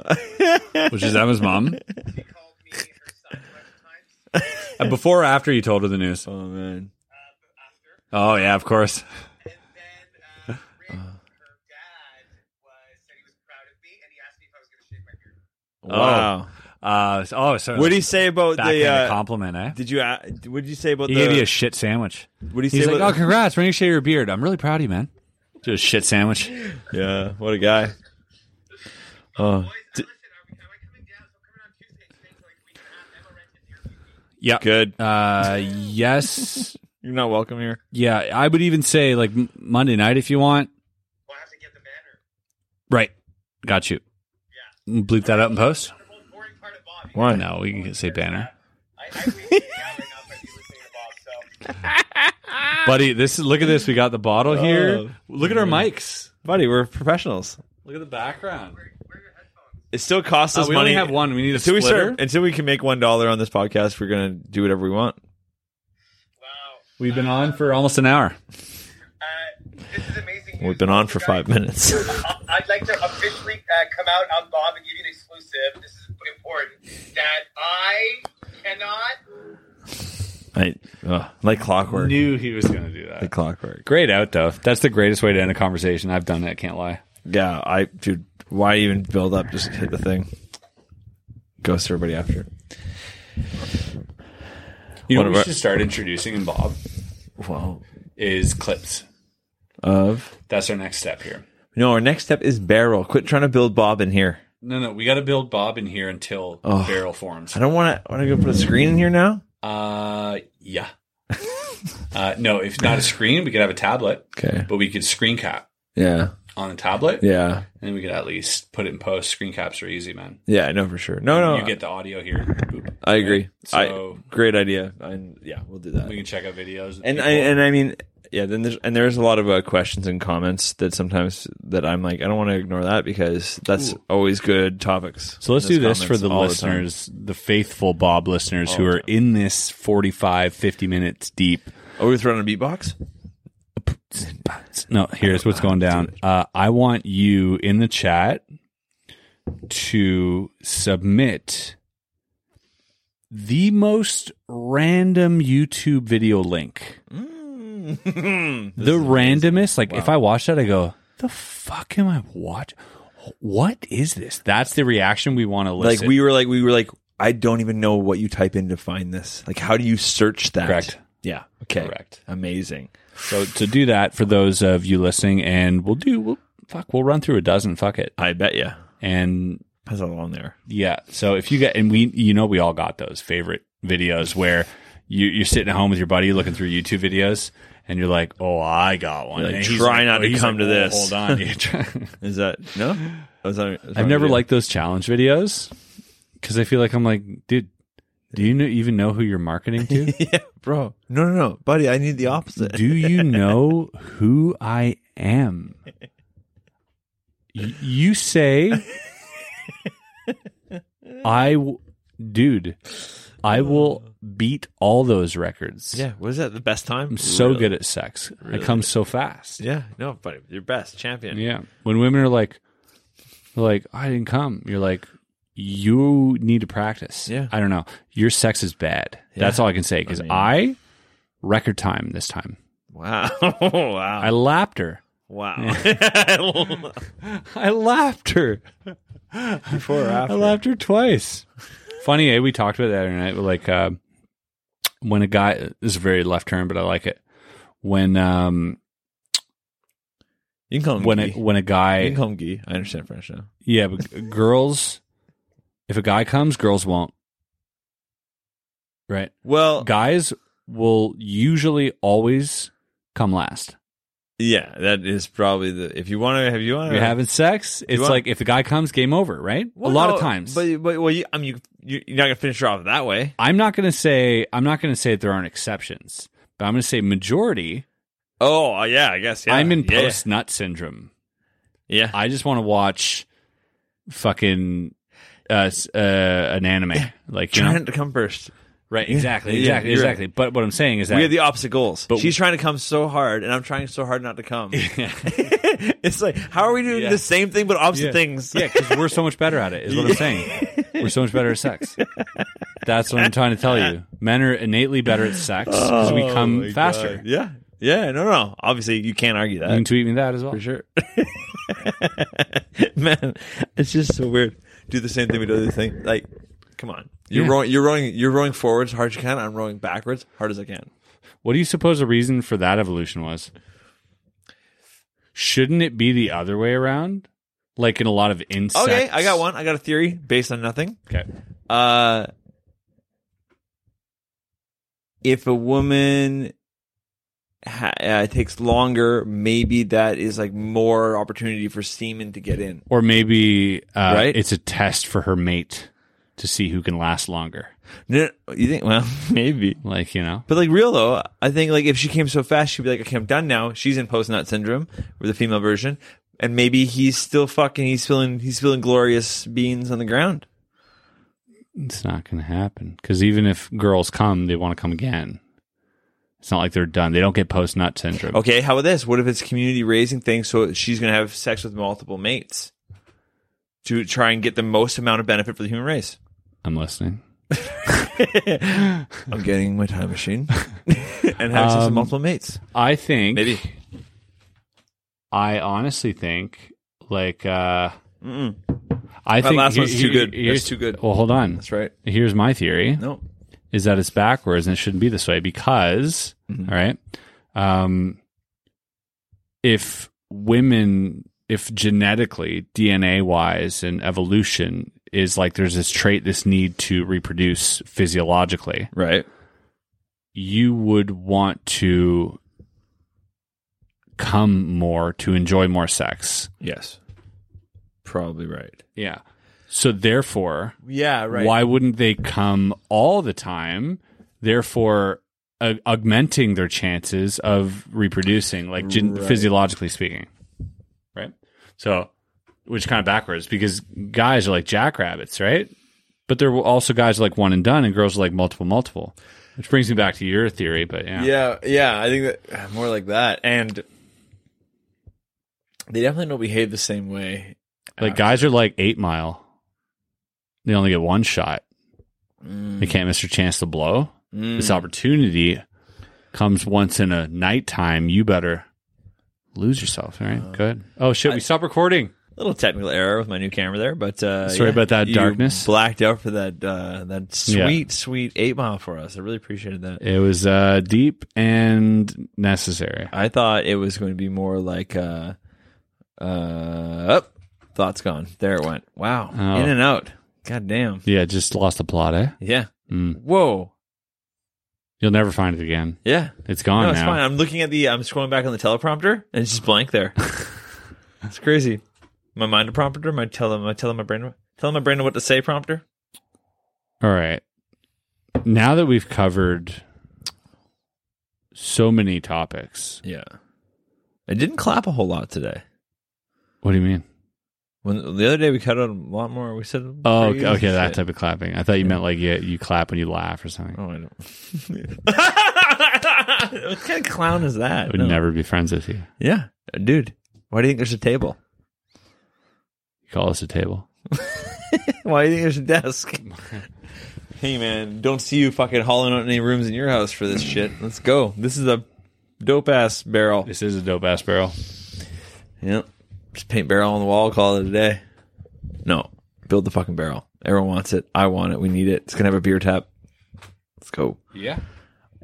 Speaker 6: talk with Betsy Rath.
Speaker 2: Which is Emma's mom.
Speaker 6: She called me her son a bunch of times
Speaker 2: Uh, Before or after you told her the news?
Speaker 4: Oh man.
Speaker 6: uh, after,
Speaker 2: Oh yeah, of course.
Speaker 6: and then uh, Rick, her dad, was said he was proud of me, and he asked me if I was going to shave my beard.
Speaker 4: Wow.
Speaker 2: Uh, oh, so
Speaker 4: What do you say about
Speaker 2: backhand
Speaker 4: the? Uh,
Speaker 2: compliment, eh?
Speaker 4: did you? Uh, what did you say about
Speaker 2: He
Speaker 4: the?
Speaker 2: gave you a shit sandwich.
Speaker 4: what do you say
Speaker 2: He's like,
Speaker 4: about?
Speaker 2: "Oh, congrats! When you shave your beard, I'm really proud of you, man." Just shit sandwich.
Speaker 4: yeah. What a guy. Oh,
Speaker 6: Boys, I listen. Are we, am I coming down? So I'm coming on Tuesday. Today's like week and a half. Emma rented the Airbnb.
Speaker 2: Yeah.
Speaker 4: good.
Speaker 2: Uh, yes.
Speaker 4: You're not welcome here.
Speaker 2: Yeah, I would even say like M- Monday night if you want.
Speaker 6: Well, I have to get the banner.
Speaker 2: Right. Got you. Bleep that out in post.
Speaker 6: The most boring part of Bob.
Speaker 2: Why? No, we can say banner,
Speaker 6: I, I read the banner enough. I'd be listening to Bob. So
Speaker 2: buddy. This is look at this. We got the bottle here.
Speaker 4: Oh.
Speaker 2: Look at our mics.
Speaker 4: Buddy, we're professionals.
Speaker 2: Look at the background.
Speaker 6: where are your headphones?
Speaker 4: It still costs
Speaker 2: Uh,
Speaker 4: us
Speaker 2: we
Speaker 4: money.
Speaker 2: only have one. We need a
Speaker 4: Until we
Speaker 2: splitter.
Speaker 4: start, until we can make one dollar on this podcast, we're gonna do whatever we want.
Speaker 6: Wow.
Speaker 2: We've been on for almost an hour.
Speaker 6: Uh, this is amazing.
Speaker 4: We've
Speaker 6: news.
Speaker 4: been on for
Speaker 6: Guys,
Speaker 4: five minutes.
Speaker 6: I'd like to officially uh, come out on Bob and give you an exclusive. This is important. That I cannot.
Speaker 4: I, uh, like clockwork.
Speaker 2: Knew he was going to do
Speaker 4: Like
Speaker 2: that.
Speaker 4: clockwork.
Speaker 2: Great out though. That's the greatest way to end a conversation. I've done that. Can't lie.
Speaker 4: Yeah, I dude, why even build up? Just hit the thing. Ghost everybody after.
Speaker 2: You know what,
Speaker 4: What
Speaker 2: we
Speaker 4: about-
Speaker 2: should start introducing in Bob
Speaker 4: Wow.
Speaker 2: is clips.
Speaker 4: Of
Speaker 2: That's our next step here.
Speaker 4: no, our next step is barrel. Quit trying to build Bob in here.
Speaker 2: No, no, we got to build Bob in here until barrel forms.
Speaker 4: I don't want to. Want to go put a screen in here now?
Speaker 2: Uh, yeah. uh, no, if not a screen, we could have a tablet,
Speaker 4: Okay.
Speaker 2: but we could screen cap
Speaker 4: Yeah.
Speaker 2: on the tablet,
Speaker 4: Yeah.
Speaker 2: and we could at least put it in post. Screen caps are easy, man.
Speaker 4: Yeah. I know for sure. No. No.
Speaker 2: you get the audio here. Boop.
Speaker 4: I agree.
Speaker 2: So-
Speaker 4: I, great idea. And yeah, we'll do that.
Speaker 2: We can check out videos.
Speaker 4: and I and I mean, yeah. Then there's and there's a lot of uh, questions and comments that sometimes that I'm like, I don't want to ignore that because that's always good topics.
Speaker 2: so let's
Speaker 4: Those
Speaker 2: do this for
Speaker 4: comments
Speaker 2: the
Speaker 4: all time.
Speaker 2: listeners, the, faithful Bob listeners who are in this 45, 50 minutes deep.
Speaker 4: Are we throwing a beatbox?
Speaker 2: No, here's what's going down. Uh, I want you in the chat to submit the most random YouTube video link. the randomest. Like, if I watch that, I go, the fuck am I watch? What is this? That's the reaction we want to
Speaker 4: Like
Speaker 2: listen.
Speaker 4: we were like we were like I don't even know what you type in to find this. Like how do you search that?
Speaker 2: Correct.
Speaker 4: Yeah. Okay.
Speaker 2: Correct.
Speaker 4: Amazing.
Speaker 2: so to do that for those of you listening, and we'll do, we'll, fuck, we'll run through a dozen. Fuck it.
Speaker 4: I bet you.
Speaker 2: And
Speaker 4: That's all on there.
Speaker 2: Yeah. So if you get, and we, you know, we all got those favorite videos where you, you're sitting at home with your buddy looking through YouTube videos and you're like, oh, I got one.
Speaker 4: You're like,
Speaker 2: And he's
Speaker 4: try not to
Speaker 2: he's
Speaker 4: come to
Speaker 2: "Oh,
Speaker 4: this."
Speaker 2: Hold on. dude." Try-
Speaker 4: Is that no? Was that,
Speaker 2: I've never liked those challenge videos because I feel like I'm like, dude, do you know, even know who you're marketing to?
Speaker 4: Yeah, bro. No, no, no, buddy. I need the opposite.
Speaker 2: do you know who I am? Y- You say, I, w- dude, I will beat all those records.
Speaker 4: Oh. Yeah, was that the best time?
Speaker 2: I'm so good at sex. I come so fast.
Speaker 4: Yeah, no, buddy, your best champion.
Speaker 2: Yeah. When women are like, like, I didn't come, you're like, you need to practice.
Speaker 4: Yeah.
Speaker 2: I don't know. Your sex is bad. That's all I can say because I, record time this time.
Speaker 4: Wow. wow.
Speaker 2: I lapped her.
Speaker 4: Wow.
Speaker 2: I lapped her.
Speaker 4: Before or
Speaker 2: I laughed her twice. Funny, eh? We talked about that the other night. but Like uh, when a guy this is a very left turn, but I like it. When um
Speaker 4: You can call him
Speaker 2: when a,
Speaker 4: gay.
Speaker 2: when a
Speaker 4: you
Speaker 2: guy
Speaker 4: can call him gay. I understand French now.
Speaker 2: yeah, but girls if a guy comes, girls won't. Right?
Speaker 4: Well,
Speaker 2: Guys will usually always come last.
Speaker 4: yeah, that is probably the. If you want to, have you want
Speaker 2: If you're having sex, it's
Speaker 4: want-
Speaker 2: like if the guy comes, game over, right? a lot of times.
Speaker 4: But, but well, you, I mean, you, you're not gonna finish her off that way.
Speaker 2: I'm not gonna say I'm not gonna say that there aren't exceptions, but I'm gonna say majority
Speaker 4: Oh, uh, yeah, I guess. Yeah.
Speaker 2: I'm in
Speaker 4: yeah.
Speaker 2: post nut syndrome.
Speaker 4: Yeah.
Speaker 2: I just want to watch fucking uh, s- uh an anime, like you know,
Speaker 4: Trying to come first.
Speaker 2: right? Exactly,
Speaker 4: Yeah,
Speaker 2: exactly,
Speaker 4: you're right.
Speaker 2: exactly. But what I'm saying is that
Speaker 4: We have the opposite goals.
Speaker 2: But-
Speaker 4: She's trying to come so hard, and I'm trying so hard not to come. it's like, how are we doing
Speaker 2: Yeah.
Speaker 4: the same thing but opposite
Speaker 2: yeah,
Speaker 4: things?
Speaker 2: yeah, because we're so much better at it. Is what I'm saying. We're so much better at sex. That's what I'm trying to tell you. Men are innately better at sex because
Speaker 4: Oh
Speaker 2: we come faster. Mm. You
Speaker 4: yeah, yeah. No, no. Obviously, you can't argue that.
Speaker 2: can tweet me that as well.
Speaker 4: for sure. Man, it's just so weird. Do the same thing, we do the other thing. Like, come on. You're
Speaker 2: Yeah.
Speaker 4: rowing. You're rowing. You're rowing forwards hard as you can. I'm rowing backwards hard as I can.
Speaker 2: What do you suppose the reason for that evolution was? Shouldn't it be the other way around? Like in a lot of insects.
Speaker 4: Okay, I got one. I got a theory based on nothing.
Speaker 2: Okay.
Speaker 4: Uh, if a woman ha- uh, takes longer, maybe that is like more opportunity for semen to get in.
Speaker 2: Or maybe uh,
Speaker 4: Right?
Speaker 2: it's a test for her mate to see who can last longer.
Speaker 4: No, you think? Well, maybe.
Speaker 2: Like, you know.
Speaker 4: But like real though, I think like if she came so fast, she'd be like, "Okay, I'm done now." She's in post nut syndrome with the female version, and maybe he's still fucking. He's feeling. He's feeling glorious beans on the ground.
Speaker 2: It's not going to happen because even if girls come, they want to come again. It's not like they're done. They don't get post nut syndrome.
Speaker 4: Okay, how about this? What if it's community raising thing? So she's gonna have sex with multiple mates to try and get the most amount of benefit for the human race.
Speaker 2: I'm listening.
Speaker 4: I'm getting my time machine and having sex with multiple mates.
Speaker 2: I think.
Speaker 4: Maybe.
Speaker 2: I honestly think, like, uh, I think
Speaker 4: last one's
Speaker 2: he-
Speaker 4: too
Speaker 2: he-
Speaker 4: good.
Speaker 2: here's-
Speaker 4: That's too good.
Speaker 2: Well, hold on.
Speaker 4: That's right.
Speaker 2: Here's my theory:
Speaker 4: No.
Speaker 2: is that it's backwards and it shouldn't be this way because, all right, um, if women, if genetically, DNA wise, and evolution is like there's this trait, this need to reproduce physiologically,
Speaker 4: Right.
Speaker 2: you would want to come more to enjoy more sex.
Speaker 4: Yes. Probably right.
Speaker 2: Yeah. So therefore,
Speaker 4: Yeah. Right.
Speaker 2: why wouldn't they come all the time? Therefore, a- augmenting their chances of reproducing, like gen- physiologically speaking, right? So, which kind of backwards because guys are like jackrabbits, right? But there were also guys like one and done, and girls are like multiple, multiple. Which brings me back to your theory, but yeah,
Speaker 4: Yeah, yeah, I think that more like that, and they definitely don't behave the same way.
Speaker 2: Like guys are like eight mile. They only get one shot. They can't miss their chance to blow.
Speaker 4: Mm.
Speaker 2: This opportunity comes once in a nighttime. You better lose yourself. All right, good. Oh shit, we stopped recording.
Speaker 4: Little technical error with my new camera there, but uh,
Speaker 2: Sorry
Speaker 4: yeah,
Speaker 2: about that
Speaker 4: you
Speaker 2: darkness.
Speaker 4: Blacked out for that uh, that
Speaker 2: Yeah.
Speaker 4: sweet, sweet eight mile for us. I really appreciated that.
Speaker 2: It was uh, deep and necessary.
Speaker 4: I thought it was going to be more like uh, uh, up. Thoughts gone. There it went. Wow,
Speaker 2: Oh.
Speaker 4: in and out. God damn.
Speaker 2: Yeah, just lost the plot. Eh?
Speaker 4: Yeah.
Speaker 2: Mm.
Speaker 4: Whoa.
Speaker 2: You'll never find it again.
Speaker 4: Yeah.
Speaker 2: It's gone
Speaker 4: Oh, no, it's
Speaker 2: now.
Speaker 4: fine. I'm looking at the. I'm scrolling back on the teleprompter, and it's just blank there. it's crazy. My mind prompter. My tell. My tell my brain. Tell my brain what to say. Prompter.
Speaker 2: All right. Now that we've covered so many topics,
Speaker 4: Yeah. I didn't clap a whole lot today.
Speaker 2: what do you mean?
Speaker 4: When the other day we cut out a lot more. We said.
Speaker 2: Oh, okay,
Speaker 4: crazy
Speaker 2: okay, that
Speaker 4: shit.
Speaker 2: type of clapping. I thought you meant like you, you clap when you laugh or something.
Speaker 4: Oh, I Oh, don't. what kind of clown is
Speaker 2: I
Speaker 4: that?
Speaker 2: would
Speaker 4: No.
Speaker 2: never be friends with you.
Speaker 4: Yeah, dude. Why do you think there's a table?
Speaker 2: You call us a table.
Speaker 4: Why do you think there's a desk? hey man, don't see you fucking hauling out any rooms in your house for this shit. Let's go. This is a dope ass barrel.
Speaker 2: This is a dope ass barrel.
Speaker 4: Yep. Just paint barrel on the wall, call it a day. No. Build the fucking barrel. Everyone wants it. I want it. We need it. It's gonna have a beer tap. Let's go.
Speaker 2: Yeah,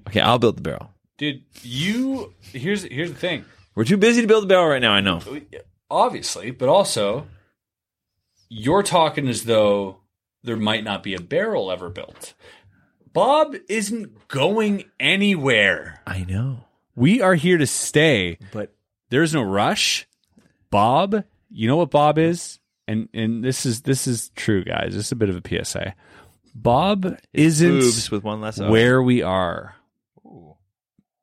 Speaker 4: Okay, I'll build the barrel.
Speaker 2: dude. You here's here's the thing.
Speaker 4: We're too busy to build the barrel right now, I know.
Speaker 2: Obviously, but also, you're talking as though there might not be a barrel ever built. Bob isn't going anywhere.
Speaker 4: I know.
Speaker 2: We are here to stay.
Speaker 4: But
Speaker 2: There's no rush. Bob, you know what Bob is? And and this is this is true, guys. This is a bit of a PSA. Bob isn't
Speaker 4: boobs with one less O.
Speaker 2: where we are.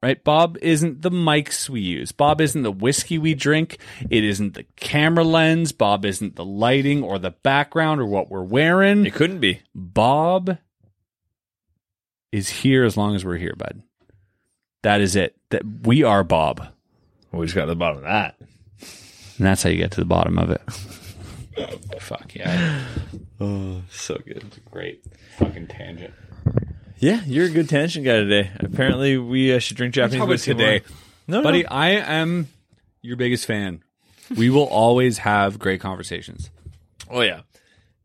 Speaker 2: Right? Bob isn't the mics we use. Bob isn't the whiskey we drink. It isn't the camera lens. Bob isn't the lighting or the background or what we're wearing.
Speaker 4: it couldn't be.
Speaker 2: Bob is here as long as we're here, bud. That is it. That we are Bob.
Speaker 4: We just got to the bottom of that.
Speaker 2: And that's how you get to the bottom of it. Fuck yeah.
Speaker 4: So good.
Speaker 2: Great fucking tangent.
Speaker 4: Yeah, you're a good tension guy today. Apparently, we uh, should drink Japanese
Speaker 2: How about
Speaker 4: whiskey
Speaker 2: today?
Speaker 4: More. No,
Speaker 2: Buddy,
Speaker 4: no.
Speaker 2: I am your biggest fan. We will always have great conversations.
Speaker 4: Oh yeah,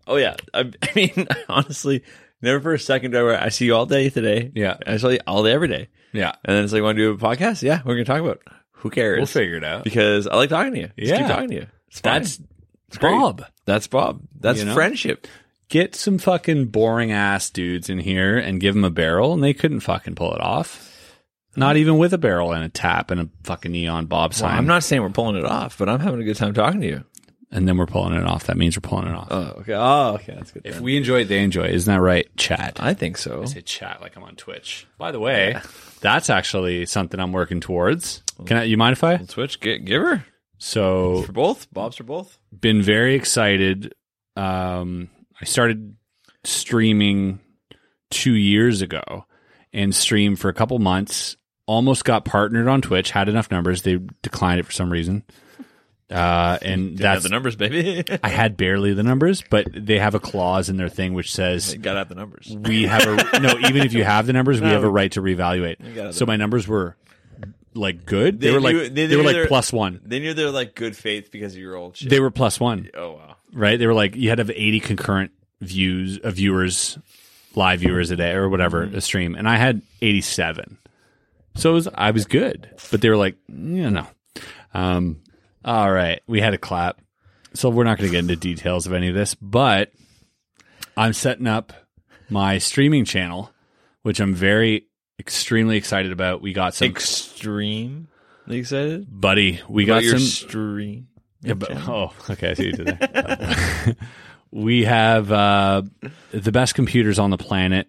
Speaker 4: oh yeah. I, I mean, honestly, never for a second do I where I see you all day today.
Speaker 2: Yeah.
Speaker 4: I saw you all day every day,
Speaker 2: Yeah.
Speaker 4: and then it's like, want to do a podcast? Yeah, we're gonna talk about. it. Who cares?
Speaker 2: We'll figure it out.
Speaker 4: because I like talking to you. Just
Speaker 2: Yeah.
Speaker 4: keep talking to you. It's fine.
Speaker 2: That's
Speaker 4: It's great.
Speaker 2: Bob.
Speaker 4: That's Bob. That's
Speaker 2: You know?
Speaker 4: friendship.
Speaker 2: Get some fucking boring ass dudes in here and give them a barrel, and they couldn't fucking pull it off. Not even with a barrel and a tap and a fucking neon Bob sign.
Speaker 4: Well, I'm not saying we're pulling it off, but I'm having a good time talking to you.
Speaker 2: and then we're pulling it off. That means we're pulling it off.
Speaker 4: Oh, okay. Oh, okay. That's good.
Speaker 2: if
Speaker 4: then.
Speaker 2: we enjoy it, they enjoy it. Isn't that right, Chad?
Speaker 4: I think so.
Speaker 2: say chat like I'm on Twitch. By the way, that's actually something I'm working towards. Can I, you mind if I?
Speaker 4: Twitch, gi- give her
Speaker 2: So,
Speaker 4: for both. Bob's for both.
Speaker 2: been very excited. Um, I started streaming two years ago and streamed for a couple months. Almost got partnered on Twitch. Had enough numbers. They declined it for some reason. Uh, and
Speaker 4: Got
Speaker 2: that's
Speaker 4: the numbers, baby.
Speaker 2: I had barely the numbers, but they have a clause in their thing which says
Speaker 4: Got out the numbers.
Speaker 2: we have a no. Even if you have the numbers, we have a right to
Speaker 4: gotta-
Speaker 2: reevaluate. So my numbers were like good. They,
Speaker 4: They
Speaker 2: were like
Speaker 4: knew-
Speaker 2: they,
Speaker 4: they knew
Speaker 2: were like
Speaker 4: they're-
Speaker 2: plus one.
Speaker 4: Then you're there like good faith because of your old shit.
Speaker 2: They were plus one,
Speaker 4: oh wow.
Speaker 2: right? They were like you had to have eighty concurrent views of viewers, live viewers a day or whatever
Speaker 4: Mm-hmm.
Speaker 2: a stream, and I had eighty seven. So it was I was good, but they were like, you know, um, all right, we had a clap. So we're not going to get into details of any of this, but I'm setting up my streaming channel, which I'm very extremely excited about. We got some
Speaker 4: Extreme. Are you excited?
Speaker 2: buddy. We
Speaker 4: About
Speaker 2: got
Speaker 4: your
Speaker 2: some.
Speaker 4: stream.
Speaker 2: Yeah, but- oh, okay. I see what you did there. Uh, we have uh, the best computers on the planet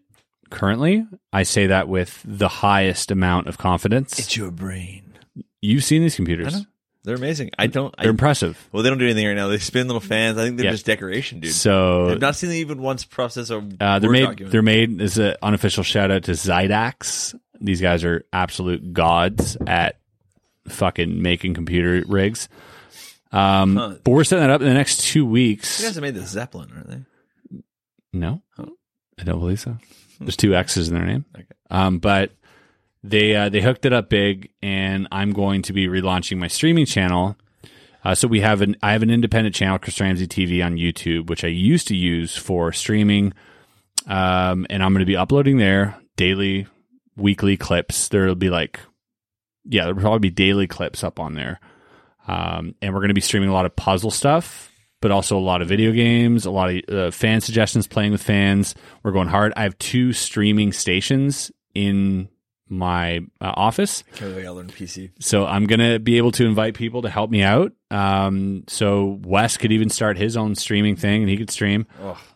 Speaker 2: currently. I say that with the highest amount of confidence.
Speaker 4: your brain.
Speaker 2: You've seen these computers;
Speaker 4: They're amazing. I don't. I,
Speaker 2: they're impressive.
Speaker 4: well, they don't do anything right now. They spin little fans. I think they're
Speaker 2: Yeah.
Speaker 4: just decoration, dude.
Speaker 2: So
Speaker 4: I've not seen them even once process a
Speaker 2: Uh, they're
Speaker 4: Word
Speaker 2: made.
Speaker 4: document.
Speaker 2: They're made. This is an unofficial shout out to Zydax. These guys are absolute gods at fucking making computer rigs. Um,
Speaker 4: Huh.
Speaker 2: but we're setting that up in the next two
Speaker 4: You guys
Speaker 2: weeks.
Speaker 4: have made the Zeppelin, aren't they?
Speaker 2: No, I don't believe so. There's two X's in their name.
Speaker 4: Okay.
Speaker 2: Um, but they uh, they hooked it up big, and I'm going to be relaunching my streaming channel. Uh, so we have an I have an independent channel, Chris Ramsey TV on YouTube, which I used to use for streaming, um, and I'm going to be uploading there daily, weekly clips. There'll be like, yeah, there'll probably be daily clips up on there, um, and we're going to be streaming a lot of puzzle stuff, but also a lot of video games, a lot of uh, fan suggestions, playing with fans. We're going hard. I have two streaming stations in my uh, office
Speaker 4: Can't believe I learned PC.
Speaker 2: so I'm gonna be able to invite people to help me out. Um, so Wes could even start his own streaming thing, and he could stream,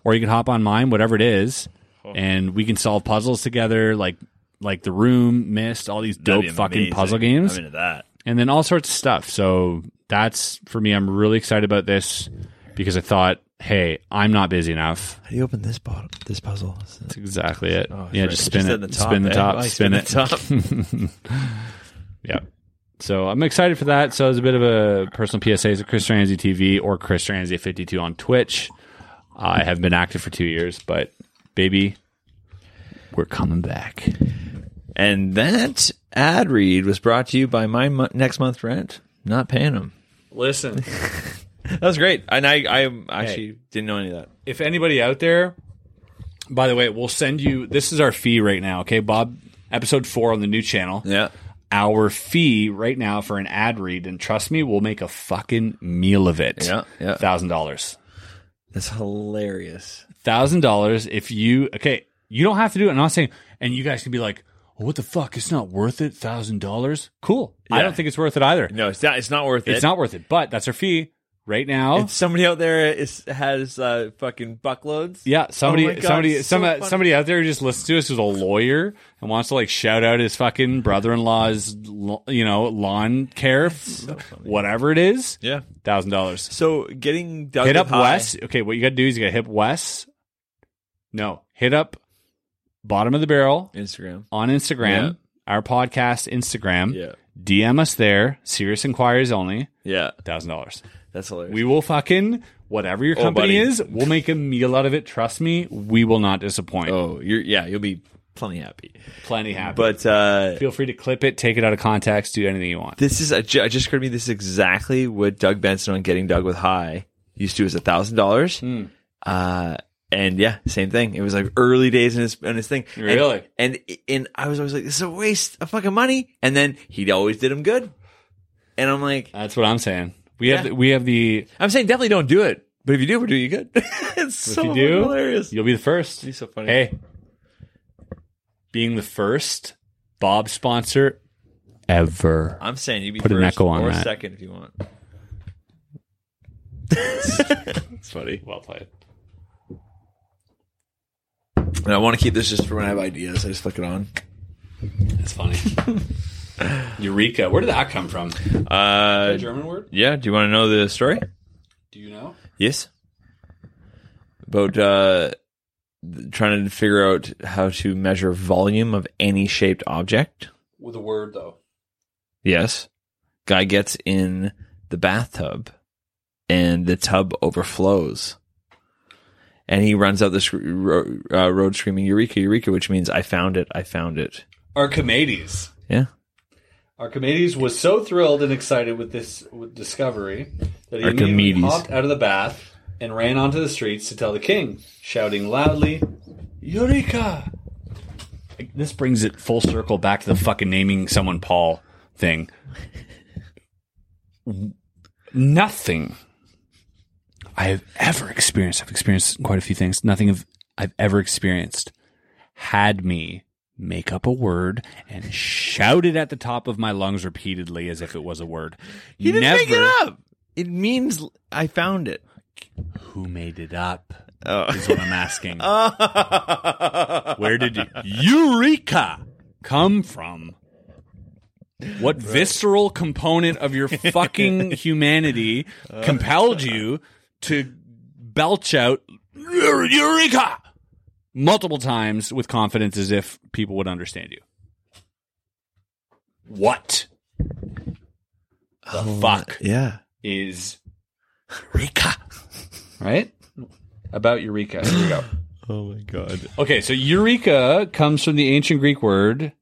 Speaker 2: or you could hop on mine, whatever it is, and we can solve puzzles together, like like the room, mist, all these dope fucking puzzle games,
Speaker 4: I'm into that.
Speaker 2: and then all sorts of stuff. So that's for me. I'm really excited about this because I thought, hey, I'm not busy enough.
Speaker 4: How do you open this bottle? This puzzle.
Speaker 2: That's exactly it.
Speaker 4: Oh, that's
Speaker 2: yeah,
Speaker 4: right.
Speaker 2: just spin
Speaker 4: Just
Speaker 2: it,
Speaker 4: at the top,
Speaker 2: spin the
Speaker 4: eh?
Speaker 2: top,
Speaker 4: Like,
Speaker 2: spin, it.
Speaker 4: spin
Speaker 2: yeah. So I'm excited for that. So it's a bit of a personal PSA. It's Chris Ramsey TV or Chris Ramsey 52 on Twitch. I have been active for two years, but baby, we're coming back.
Speaker 4: And that ad read was brought to you by my mo- next month rent, not paying them.
Speaker 2: Listen,
Speaker 4: That was great. And I, I actually didn't know any of that.
Speaker 2: if anybody out there, by the way, we'll send you. This is our fee right now, okay, Bob? Episode four on the new channel.
Speaker 4: Yeah.
Speaker 2: Our fee right now for an ad read, and trust me, we'll make a fucking meal of it.
Speaker 4: Yeah, yeah.
Speaker 2: thousand dollars.
Speaker 4: That's hilarious.
Speaker 2: thousand dollars if you okay you don't have to do it i'm not saying and you guys can be like well, what the fuck it's not worth it thousand dollars cool i
Speaker 4: Yeah.
Speaker 2: don't think it's worth it either
Speaker 4: No, it's not, it's not worth it.
Speaker 2: it's not worth it but that's our fee right now
Speaker 4: If somebody out there is, has uh, fucking buckloads.
Speaker 2: yeah somebody
Speaker 4: Oh my God,
Speaker 2: somebody
Speaker 4: it's so
Speaker 2: some,
Speaker 4: funny.
Speaker 2: somebody out there who just listens to us who's a lawyer and wants to like shout out his fucking brother-in-law's lo- you know lawn care whatever it is
Speaker 4: Yeah.
Speaker 2: thousand dollars
Speaker 4: So getting Doug
Speaker 2: hit up
Speaker 4: high,
Speaker 2: Wes. Okay, what you got to do is you got to hit Wes. No, hit up bottom of the barrel
Speaker 4: Instagram.
Speaker 2: on Instagram, our podcast Instagram.
Speaker 4: Yeah.
Speaker 2: DM us there. Serious inquiries only.
Speaker 4: Yeah.
Speaker 2: Thousand dollars.
Speaker 4: That's hilarious.
Speaker 2: We will fucking whatever your company
Speaker 4: Oh, buddy.
Speaker 2: is, we'll make a meal out of it. Trust me, we will not disappoint.
Speaker 4: oh, you're, yeah, you'll be plenty happy.
Speaker 2: Plenty happy.
Speaker 4: But uh,
Speaker 2: feel free to clip it, take it out of context, do anything you want.
Speaker 4: this is, I ju- I just heard me, this is exactly what Doug Benson on Getting Doug with High used to as a thousand dollars. Uh, and yeah, same thing. It was like early days in his in his thing. And-
Speaker 2: Really?
Speaker 4: And and, I was always like, this is a waste of fucking money. And then he always did him good. And I'm like,
Speaker 2: That's what I'm saying. We have
Speaker 4: Yeah.
Speaker 2: the, we have the
Speaker 4: I'm saying definitely don't do it. But if you do, we're doing you good. it's
Speaker 2: if
Speaker 4: so
Speaker 2: you do,
Speaker 4: hilarious.
Speaker 2: you'll be the first.
Speaker 4: He's so funny.
Speaker 2: Hey, being the first Bob sponsor ever.
Speaker 4: I'm saying you be
Speaker 2: Put an
Speaker 4: first
Speaker 2: echo on
Speaker 4: or
Speaker 2: that.
Speaker 4: second if you want. it's funny.
Speaker 2: Well played.
Speaker 4: And I want to keep this just for when I have ideas. I just flick it on.
Speaker 2: It's funny. Eureka. Where did that come from?
Speaker 4: Uh,
Speaker 2: German word?
Speaker 4: yeah. Do you want to know the story?
Speaker 2: Do you know?
Speaker 4: Yes. About uh, th- trying to figure out how to measure volume of any shaped object.
Speaker 2: With a word though.
Speaker 4: Yes. Guy gets in the bathtub and the tub overflows. And he runs out the sc- ro- uh, road screaming, Eureka, Eureka, which means I found it, I found it.
Speaker 2: Archimedes.
Speaker 4: Yeah.
Speaker 2: Archimedes was so thrilled and excited with this with discovery that he immediately
Speaker 4: Archimedes.
Speaker 2: hopped out of the bath and ran onto the streets to tell the king, shouting loudly, "Eureka!" This brings it full circle back to the fucking naming someone Paul thing. Nothing I have ever experienced. I've experienced quite a few things. Nothing of I've ever experienced had me make up a word and shout it at the top of my lungs repeatedly as if it was a word.
Speaker 4: He didn't make it up. It means l- I found it.
Speaker 2: Who made it up?
Speaker 4: Oh.
Speaker 2: Is what I'm asking. Where did you, Eureka come from? What visceral component of your fucking humanity compelled you to belch out "Eur- Eureka multiple times with confidence as if people would understand you? What the fuck
Speaker 4: yeah.
Speaker 2: is Eureka? Right? About Eureka. Here we go.
Speaker 4: Oh my God.
Speaker 2: Okay, so eureka comes from the ancient Greek word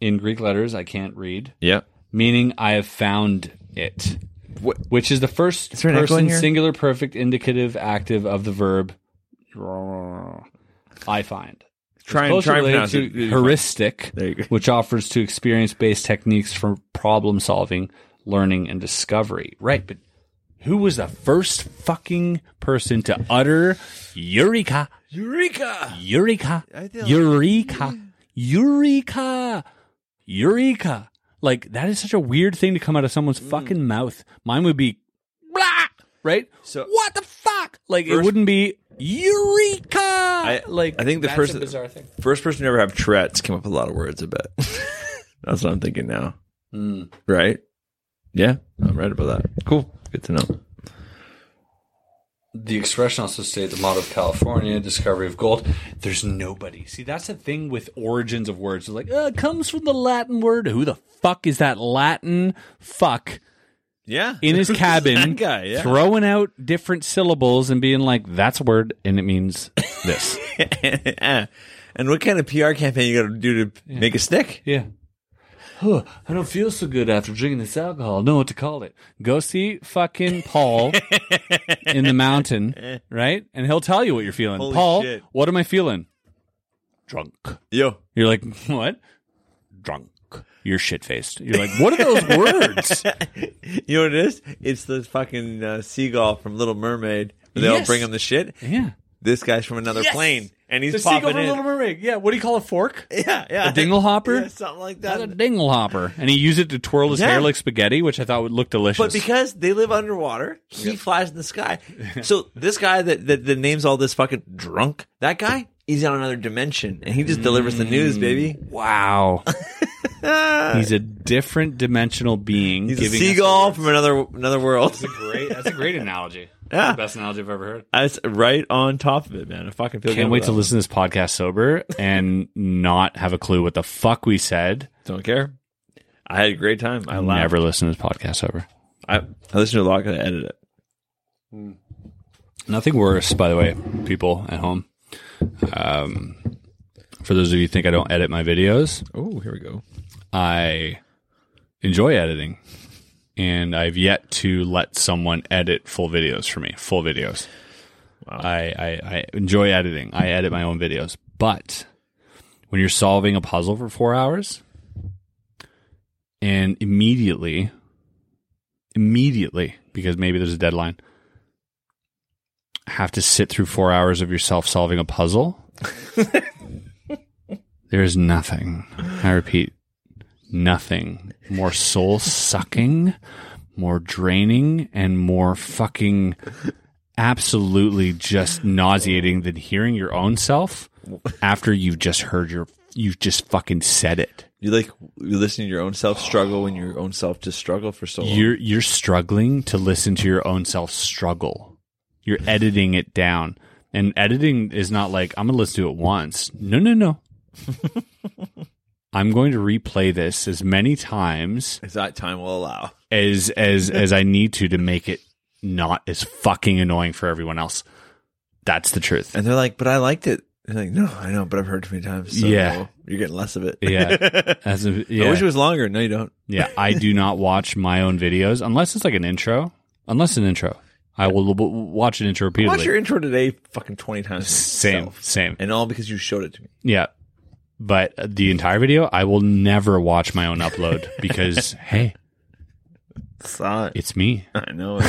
Speaker 2: in Greek letters I can't read,
Speaker 4: Yep.
Speaker 2: meaning I have found it,
Speaker 4: What?
Speaker 2: which is the first
Speaker 4: there an echo in
Speaker 2: person
Speaker 4: here?
Speaker 2: singular perfect indicative active of the verb I find.
Speaker 4: Try and
Speaker 2: Closely
Speaker 4: try and
Speaker 2: related
Speaker 4: pronounce
Speaker 2: to
Speaker 4: it.
Speaker 2: heuristic,
Speaker 4: There you go.
Speaker 2: which offers to experience based techniques for problem solving, learning, and discovery. Right, but who was the first fucking person to utter eureka?
Speaker 4: Eureka!
Speaker 2: Eureka!
Speaker 4: I feel-
Speaker 2: Eureka! Eureka! Eureka! Like that is such a weird thing to come out of someone's
Speaker 4: Mm.
Speaker 2: fucking mouth. Mine would be blah, right?
Speaker 4: So-
Speaker 2: what the fuck? Like it
Speaker 4: First-
Speaker 2: wouldn't be Eureka. like
Speaker 4: I think the
Speaker 2: that's
Speaker 4: person-
Speaker 2: a bizarre thing.
Speaker 4: First person to ever have Tourette's came up with a lot of words, I bet. That's what I'm thinking now.
Speaker 2: Hmm.
Speaker 4: Right? Yeah, I'm right about that. Cool. Good to know.
Speaker 2: The expression also states the motto of California, discovery of gold. There's nobody. See, that's the thing with origins of words. It's like, uh, it comes from the Latin word. Who the fuck is that Latin fuck
Speaker 4: Yeah.
Speaker 7: in his cabin,
Speaker 4: That guy, yeah.
Speaker 7: throwing out different syllables and being like, "That's a word, and it means this."
Speaker 4: eh. and what kind of PR campaign you got to do to make it stick?
Speaker 7: yeah. Huh, I don't feel so good after drinking this alcohol. I don't know what to call it. Go see fucking Paul in the mountain, right? And he'll tell you what you're feeling.
Speaker 4: Holy
Speaker 7: Paul,
Speaker 4: shit.
Speaker 7: what am I feeling? Drunk.
Speaker 4: Yo,
Speaker 7: You're like, what? Drunk. You're shit faced. You're like, what are those words?
Speaker 4: you know what it is? It's the fucking uh, seagull from Little Mermaid. They all
Speaker 7: Yes.
Speaker 4: bring him the shit.
Speaker 7: yeah.
Speaker 4: This guy's from another plane, and he's
Speaker 7: The seagull
Speaker 4: popping
Speaker 7: from
Speaker 4: in.
Speaker 7: Little Mermaid. Yeah. What do you call a fork?
Speaker 4: yeah, yeah,
Speaker 7: A dingle hopper?
Speaker 4: Yeah, something like
Speaker 7: That's a
Speaker 4: that.
Speaker 7: dingle hopper. And he used it to twirl his
Speaker 4: Yeah.
Speaker 7: hair like spaghetti, which I thought would look delicious.
Speaker 4: But because they live underwater, he flies in the sky. So this guy that, that that names all this fucking drunk, that guy, he's on another dimension, and he just delivers the news, baby.
Speaker 7: wow. He's a different dimensional being.
Speaker 4: He's
Speaker 7: giving
Speaker 4: a seagull from another another world.
Speaker 2: Great. That's a great analogy.
Speaker 4: Yeah.
Speaker 2: The best analogy I've ever heard.
Speaker 4: That's right on top of it, man. I fucking feel
Speaker 7: Us- Can't
Speaker 4: good
Speaker 7: wait
Speaker 4: about
Speaker 7: to
Speaker 4: that.
Speaker 7: listen to this podcast sober and not have a clue what the fuck we said.
Speaker 4: Don't care. I had a great time. I laughed.
Speaker 7: Never listen to this podcast sober.
Speaker 4: I, I listened to a lot. Cause I edit it.
Speaker 2: Nothing worse, by the way, people at home. Um, for those of you who think I don't edit my videos,
Speaker 4: Oh, here we go.
Speaker 2: I enjoy editing, and I've yet to let someone edit full videos for me. Full videos. I, I I enjoy editing. I edit my own videos, but when you're solving a puzzle for four hours, and immediately, immediately, because maybe there's a deadline, have to sit through four hours of yourself solving a puzzle. there is nothing. I repeat, nothing more soul sucking, more draining, and more fucking absolutely just nauseating than hearing your own self after you've just heard your you've just fucking said it.
Speaker 4: You like you listen to your own self struggle and your own self just struggle for so long.
Speaker 2: You're you're struggling to listen to your own self struggle. You're editing it down. And editing is not like I'm gonna listen to it once. No, no, no. I'm going to replay this as many times
Speaker 4: As that time will allow.
Speaker 2: as as as I need to to make it not as fucking annoying for everyone else. That's the truth.
Speaker 4: And they're like, but I liked it. And like, no, I know, but I've heard too many times. So
Speaker 2: Yeah.
Speaker 4: You're getting less of it.
Speaker 2: Yeah. As a,
Speaker 4: I
Speaker 2: yeah,
Speaker 4: wish it was longer. No, you don't.
Speaker 2: yeah. I do not watch my own videos unless it's like an intro. Unless an intro, I will w- w- watch an intro repeatedly.
Speaker 4: Watch your intro today fucking 20 times.
Speaker 2: same,
Speaker 4: yourself.
Speaker 2: same.
Speaker 4: And all because you showed it to me.
Speaker 2: Yeah. But the entire video, I will never watch my own upload because hey,
Speaker 4: Saw it.
Speaker 2: it's me,
Speaker 4: I know.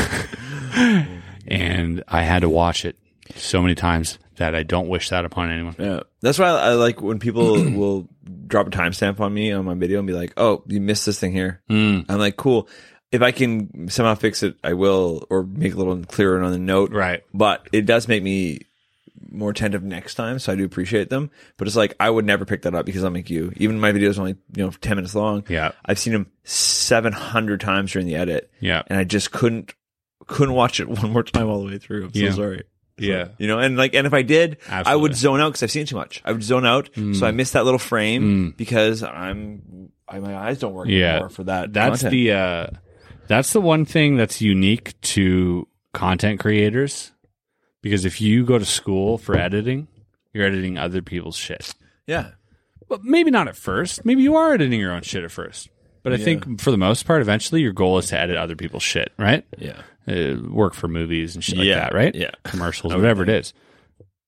Speaker 2: and I had to watch it so many times that I don't wish that upon anyone.
Speaker 4: yeah. That's why I, like when people will drop a timestamp on me on my video and be like, oh, you missed this thing here.
Speaker 2: Mm.
Speaker 4: I'm like, cool. If I can somehow fix it, I will, or make it a little clearer on the note.
Speaker 2: Right.
Speaker 4: But it does make me more attentive next time, so I do appreciate them. But it's like I would never pick that up because I'm like you. Even my videos are only you know ten minutes long.
Speaker 2: Yeah.
Speaker 4: I've seen them seven hundred times during the edit,
Speaker 2: Yeah.
Speaker 4: and I just couldn't couldn't watch it one more time all the way through. I'm so
Speaker 2: Yeah.
Speaker 4: sorry.
Speaker 2: Yeah.
Speaker 4: You know, and like, and if I did, I
Speaker 2: Absolutely.
Speaker 4: would zone out because I've seen it too much. I would zone out, so I missed that little frame because I'm, I, my eyes don't work
Speaker 2: Yeah.
Speaker 4: anymore for that.
Speaker 2: That's
Speaker 4: content.
Speaker 2: the uh that's the one thing that's unique to content creators because if you go to school for editing, you're editing other people's shit.
Speaker 4: yeah.
Speaker 2: But maybe not at first. Maybe you are editing your own shit at first. But I think for the most part, eventually your goal is to edit other people's shit, right?
Speaker 4: Yeah.
Speaker 2: uh, work for movies and shit like
Speaker 4: Yeah,
Speaker 2: that, right?
Speaker 4: yeah.
Speaker 2: Commercials, whatever it is.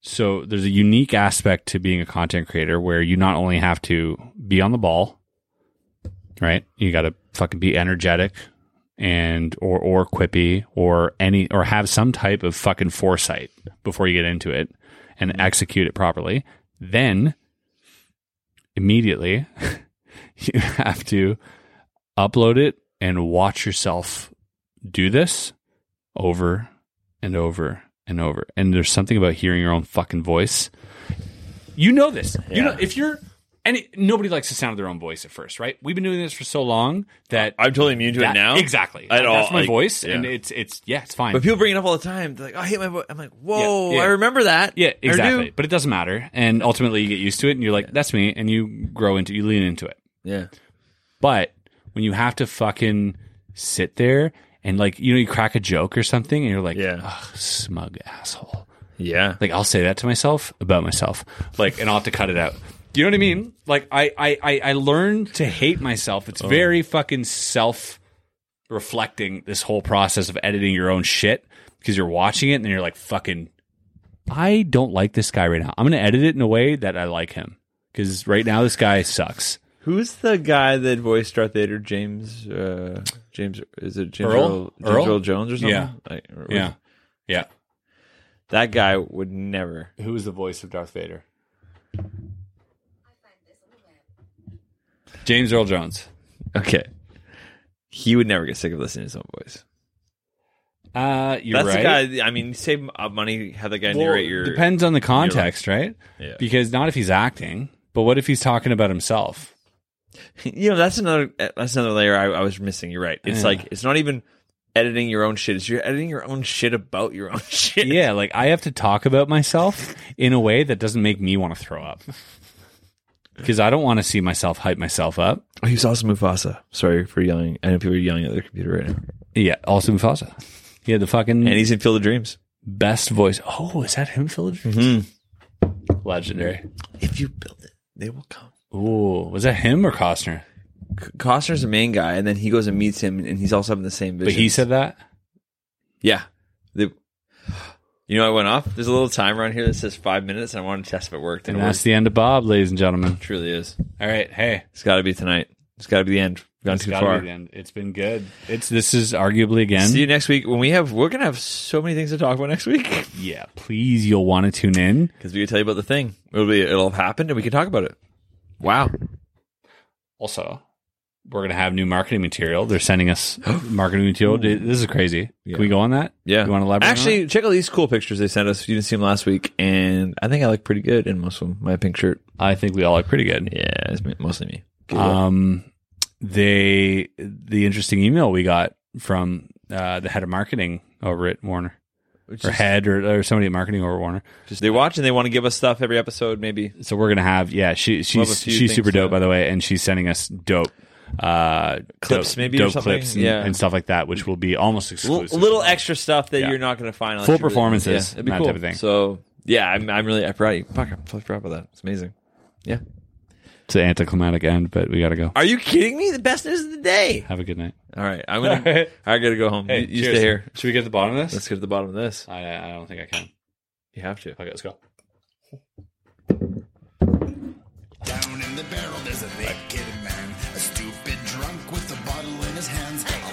Speaker 2: So there's a unique aspect to being a content creator where you not only have to be on the ball, right? You got to fucking be energetic and or or quippy or any or have some type of fucking foresight before you get into it and execute it properly. Then immediately you have to upload it and watch yourself do this over and over and over. And there's something about hearing your own fucking voice. You know this. You know if you're any nobody likes the sound of their own voice at first, right? We've been doing this for so long that
Speaker 4: I'm totally immune to
Speaker 2: that-
Speaker 4: it now.
Speaker 2: exactly
Speaker 4: At all,
Speaker 2: that's my
Speaker 4: like,
Speaker 2: voice,
Speaker 4: yeah.
Speaker 2: and it's it's yeah, it's fine.
Speaker 4: But people bring it up all the time. They're like, oh, I hate my voice. I'm like, whoa,
Speaker 2: yeah.
Speaker 4: I remember that.
Speaker 2: Yeah,
Speaker 4: I do.
Speaker 2: exactly. But it doesn't matter. And ultimately, you get used to it, and you're like, "That's me," and you grow into, you lean into it.
Speaker 4: Yeah.
Speaker 2: But when you have to fucking sit there and like you know you crack a joke or something and you're like
Speaker 4: Yeah.
Speaker 2: "Ugh, smug asshole
Speaker 4: Yeah.
Speaker 2: like I'll say that to myself about myself, like, and I'll have to cut it out. You know what I mean? Like I I I, I learned to hate myself. It's very fucking self reflecting. This whole process of editing your own shit because you're watching it and you're like fucking. I don't like this guy right now. I'm gonna edit it in a way that I like him because right now this guy sucks.
Speaker 4: Who's the guy that voiced Darth Vader? James. Uh, James. Is it James
Speaker 2: Earl?
Speaker 4: Earl, James
Speaker 2: Earl?
Speaker 4: Earl Jones or something?
Speaker 2: Yeah.
Speaker 4: Like, or-
Speaker 2: Yeah, yeah.
Speaker 4: That guy would never.
Speaker 8: Who is the voice of Darth Vader?
Speaker 2: James Earl Jones.
Speaker 4: Okay. He would never get sick of listening to his own voice.
Speaker 2: Uh, you're
Speaker 4: That's
Speaker 2: right.
Speaker 4: the guy. I mean, save uh, money. Have the guy
Speaker 2: Well,
Speaker 4: narrate your.
Speaker 2: depends on the context, right?
Speaker 4: Yeah.
Speaker 2: Because not if he's acting, but what if he's talking about himself?
Speaker 4: You know, that's another. uh, That's another layer I, I was missing. You're right. It's
Speaker 2: Yeah.
Speaker 4: like it's not even editing your own shit. It's you're editing your own shit about your own shit.
Speaker 2: Yeah, like I have to talk about myself in a way that doesn't make me want to throw up. Because I don't want to see myself hype myself up.
Speaker 4: Oh, he was also Mufasa. Sorry for yelling. I know people are yelling at their computer right now.
Speaker 2: Yeah, also Mufasa. He had the fucking
Speaker 4: And he's in Field of Dreams.
Speaker 2: best voice. Oh, is that him, Philip?
Speaker 4: Hmm.
Speaker 2: Legendary.
Speaker 4: If you build it, they will come.
Speaker 2: Ooh, was that him or Costner?
Speaker 4: C- Costner's the main guy, and then he goes and meets him, and he's also having the same vision.
Speaker 2: But he said that.
Speaker 4: "Yeah." The- you know, I went off. There's a little timer on here that says five minutes, and I wanted to test if it worked, and,
Speaker 2: And
Speaker 4: it
Speaker 2: that's
Speaker 4: worked.
Speaker 2: the end of Bob, ladies and gentlemen.
Speaker 4: truly is.
Speaker 2: All right, hey,
Speaker 4: It's got to be tonight. It's got to be the end. We've gone
Speaker 2: it's
Speaker 4: too
Speaker 2: gotta
Speaker 4: far.
Speaker 2: be the end. It's been good. It's this is arguably again.
Speaker 4: See you next week when we have. We're gonna have so many things to talk about next week
Speaker 2: Yeah, please, you'll want to tune in.
Speaker 4: because we can tell you about the thing. It'll be. It'll have happened, and we can talk about it. Wow.
Speaker 2: also we're going to have new marketing material they're sending us marketing material Dude, this is crazy can we go on that
Speaker 4: Yeah.
Speaker 2: you want to elaborate on
Speaker 4: Actually,
Speaker 2: that?
Speaker 4: check out these cool pictures they sent us. You didn't see them last week, and I think I look pretty good in most of them. My pink shirt.
Speaker 2: i think we all look pretty good
Speaker 4: Yeah, it's m- mostly me.
Speaker 2: um they the interesting email we got from uh, the head of marketing over at warner
Speaker 4: Which
Speaker 2: or
Speaker 4: is-
Speaker 2: head or, or somebody at marketing over at warner
Speaker 4: just- they watch and they want to give us stuff every episode, maybe.
Speaker 2: so we're gonna have yeah she
Speaker 4: We'll have
Speaker 2: she's
Speaker 4: a few
Speaker 2: she's super
Speaker 4: things uh, to-
Speaker 2: dope by the way and she's sending us dope uh
Speaker 4: Clips,
Speaker 2: dope,
Speaker 4: maybe, or
Speaker 2: dope
Speaker 4: something?
Speaker 2: clips and,
Speaker 4: Yeah.
Speaker 2: and stuff like that which will be almost
Speaker 4: L-
Speaker 2: exclusive
Speaker 4: little extra stuff that
Speaker 2: Yeah.
Speaker 4: you're not going to find on
Speaker 2: Full
Speaker 4: like, your-
Speaker 2: performances,
Speaker 4: Yeah, it'd be
Speaker 2: that
Speaker 4: cool.
Speaker 2: type of thing.
Speaker 4: So yeah, I'm, I'm really I forgot you. Fuck, I totally forgot about that. It's amazing. Yeah.
Speaker 2: it's an anticlimactic end but we gotta go
Speaker 4: Are you kidding me? The best news of the day.
Speaker 2: have a good night
Speaker 4: All right, I'm gonna.
Speaker 8: All right.
Speaker 4: I gotta go home.
Speaker 8: Hey,
Speaker 4: you you
Speaker 8: cheers.
Speaker 4: stay here.
Speaker 8: Should we get to the bottom of this?
Speaker 4: Let's get to the bottom of this.
Speaker 8: I, I don't think I can.
Speaker 4: You have to.
Speaker 8: Okay, let's go.
Speaker 1: Down in the barrel, there's a naked man, a stupid drunk with a bottle in his hands.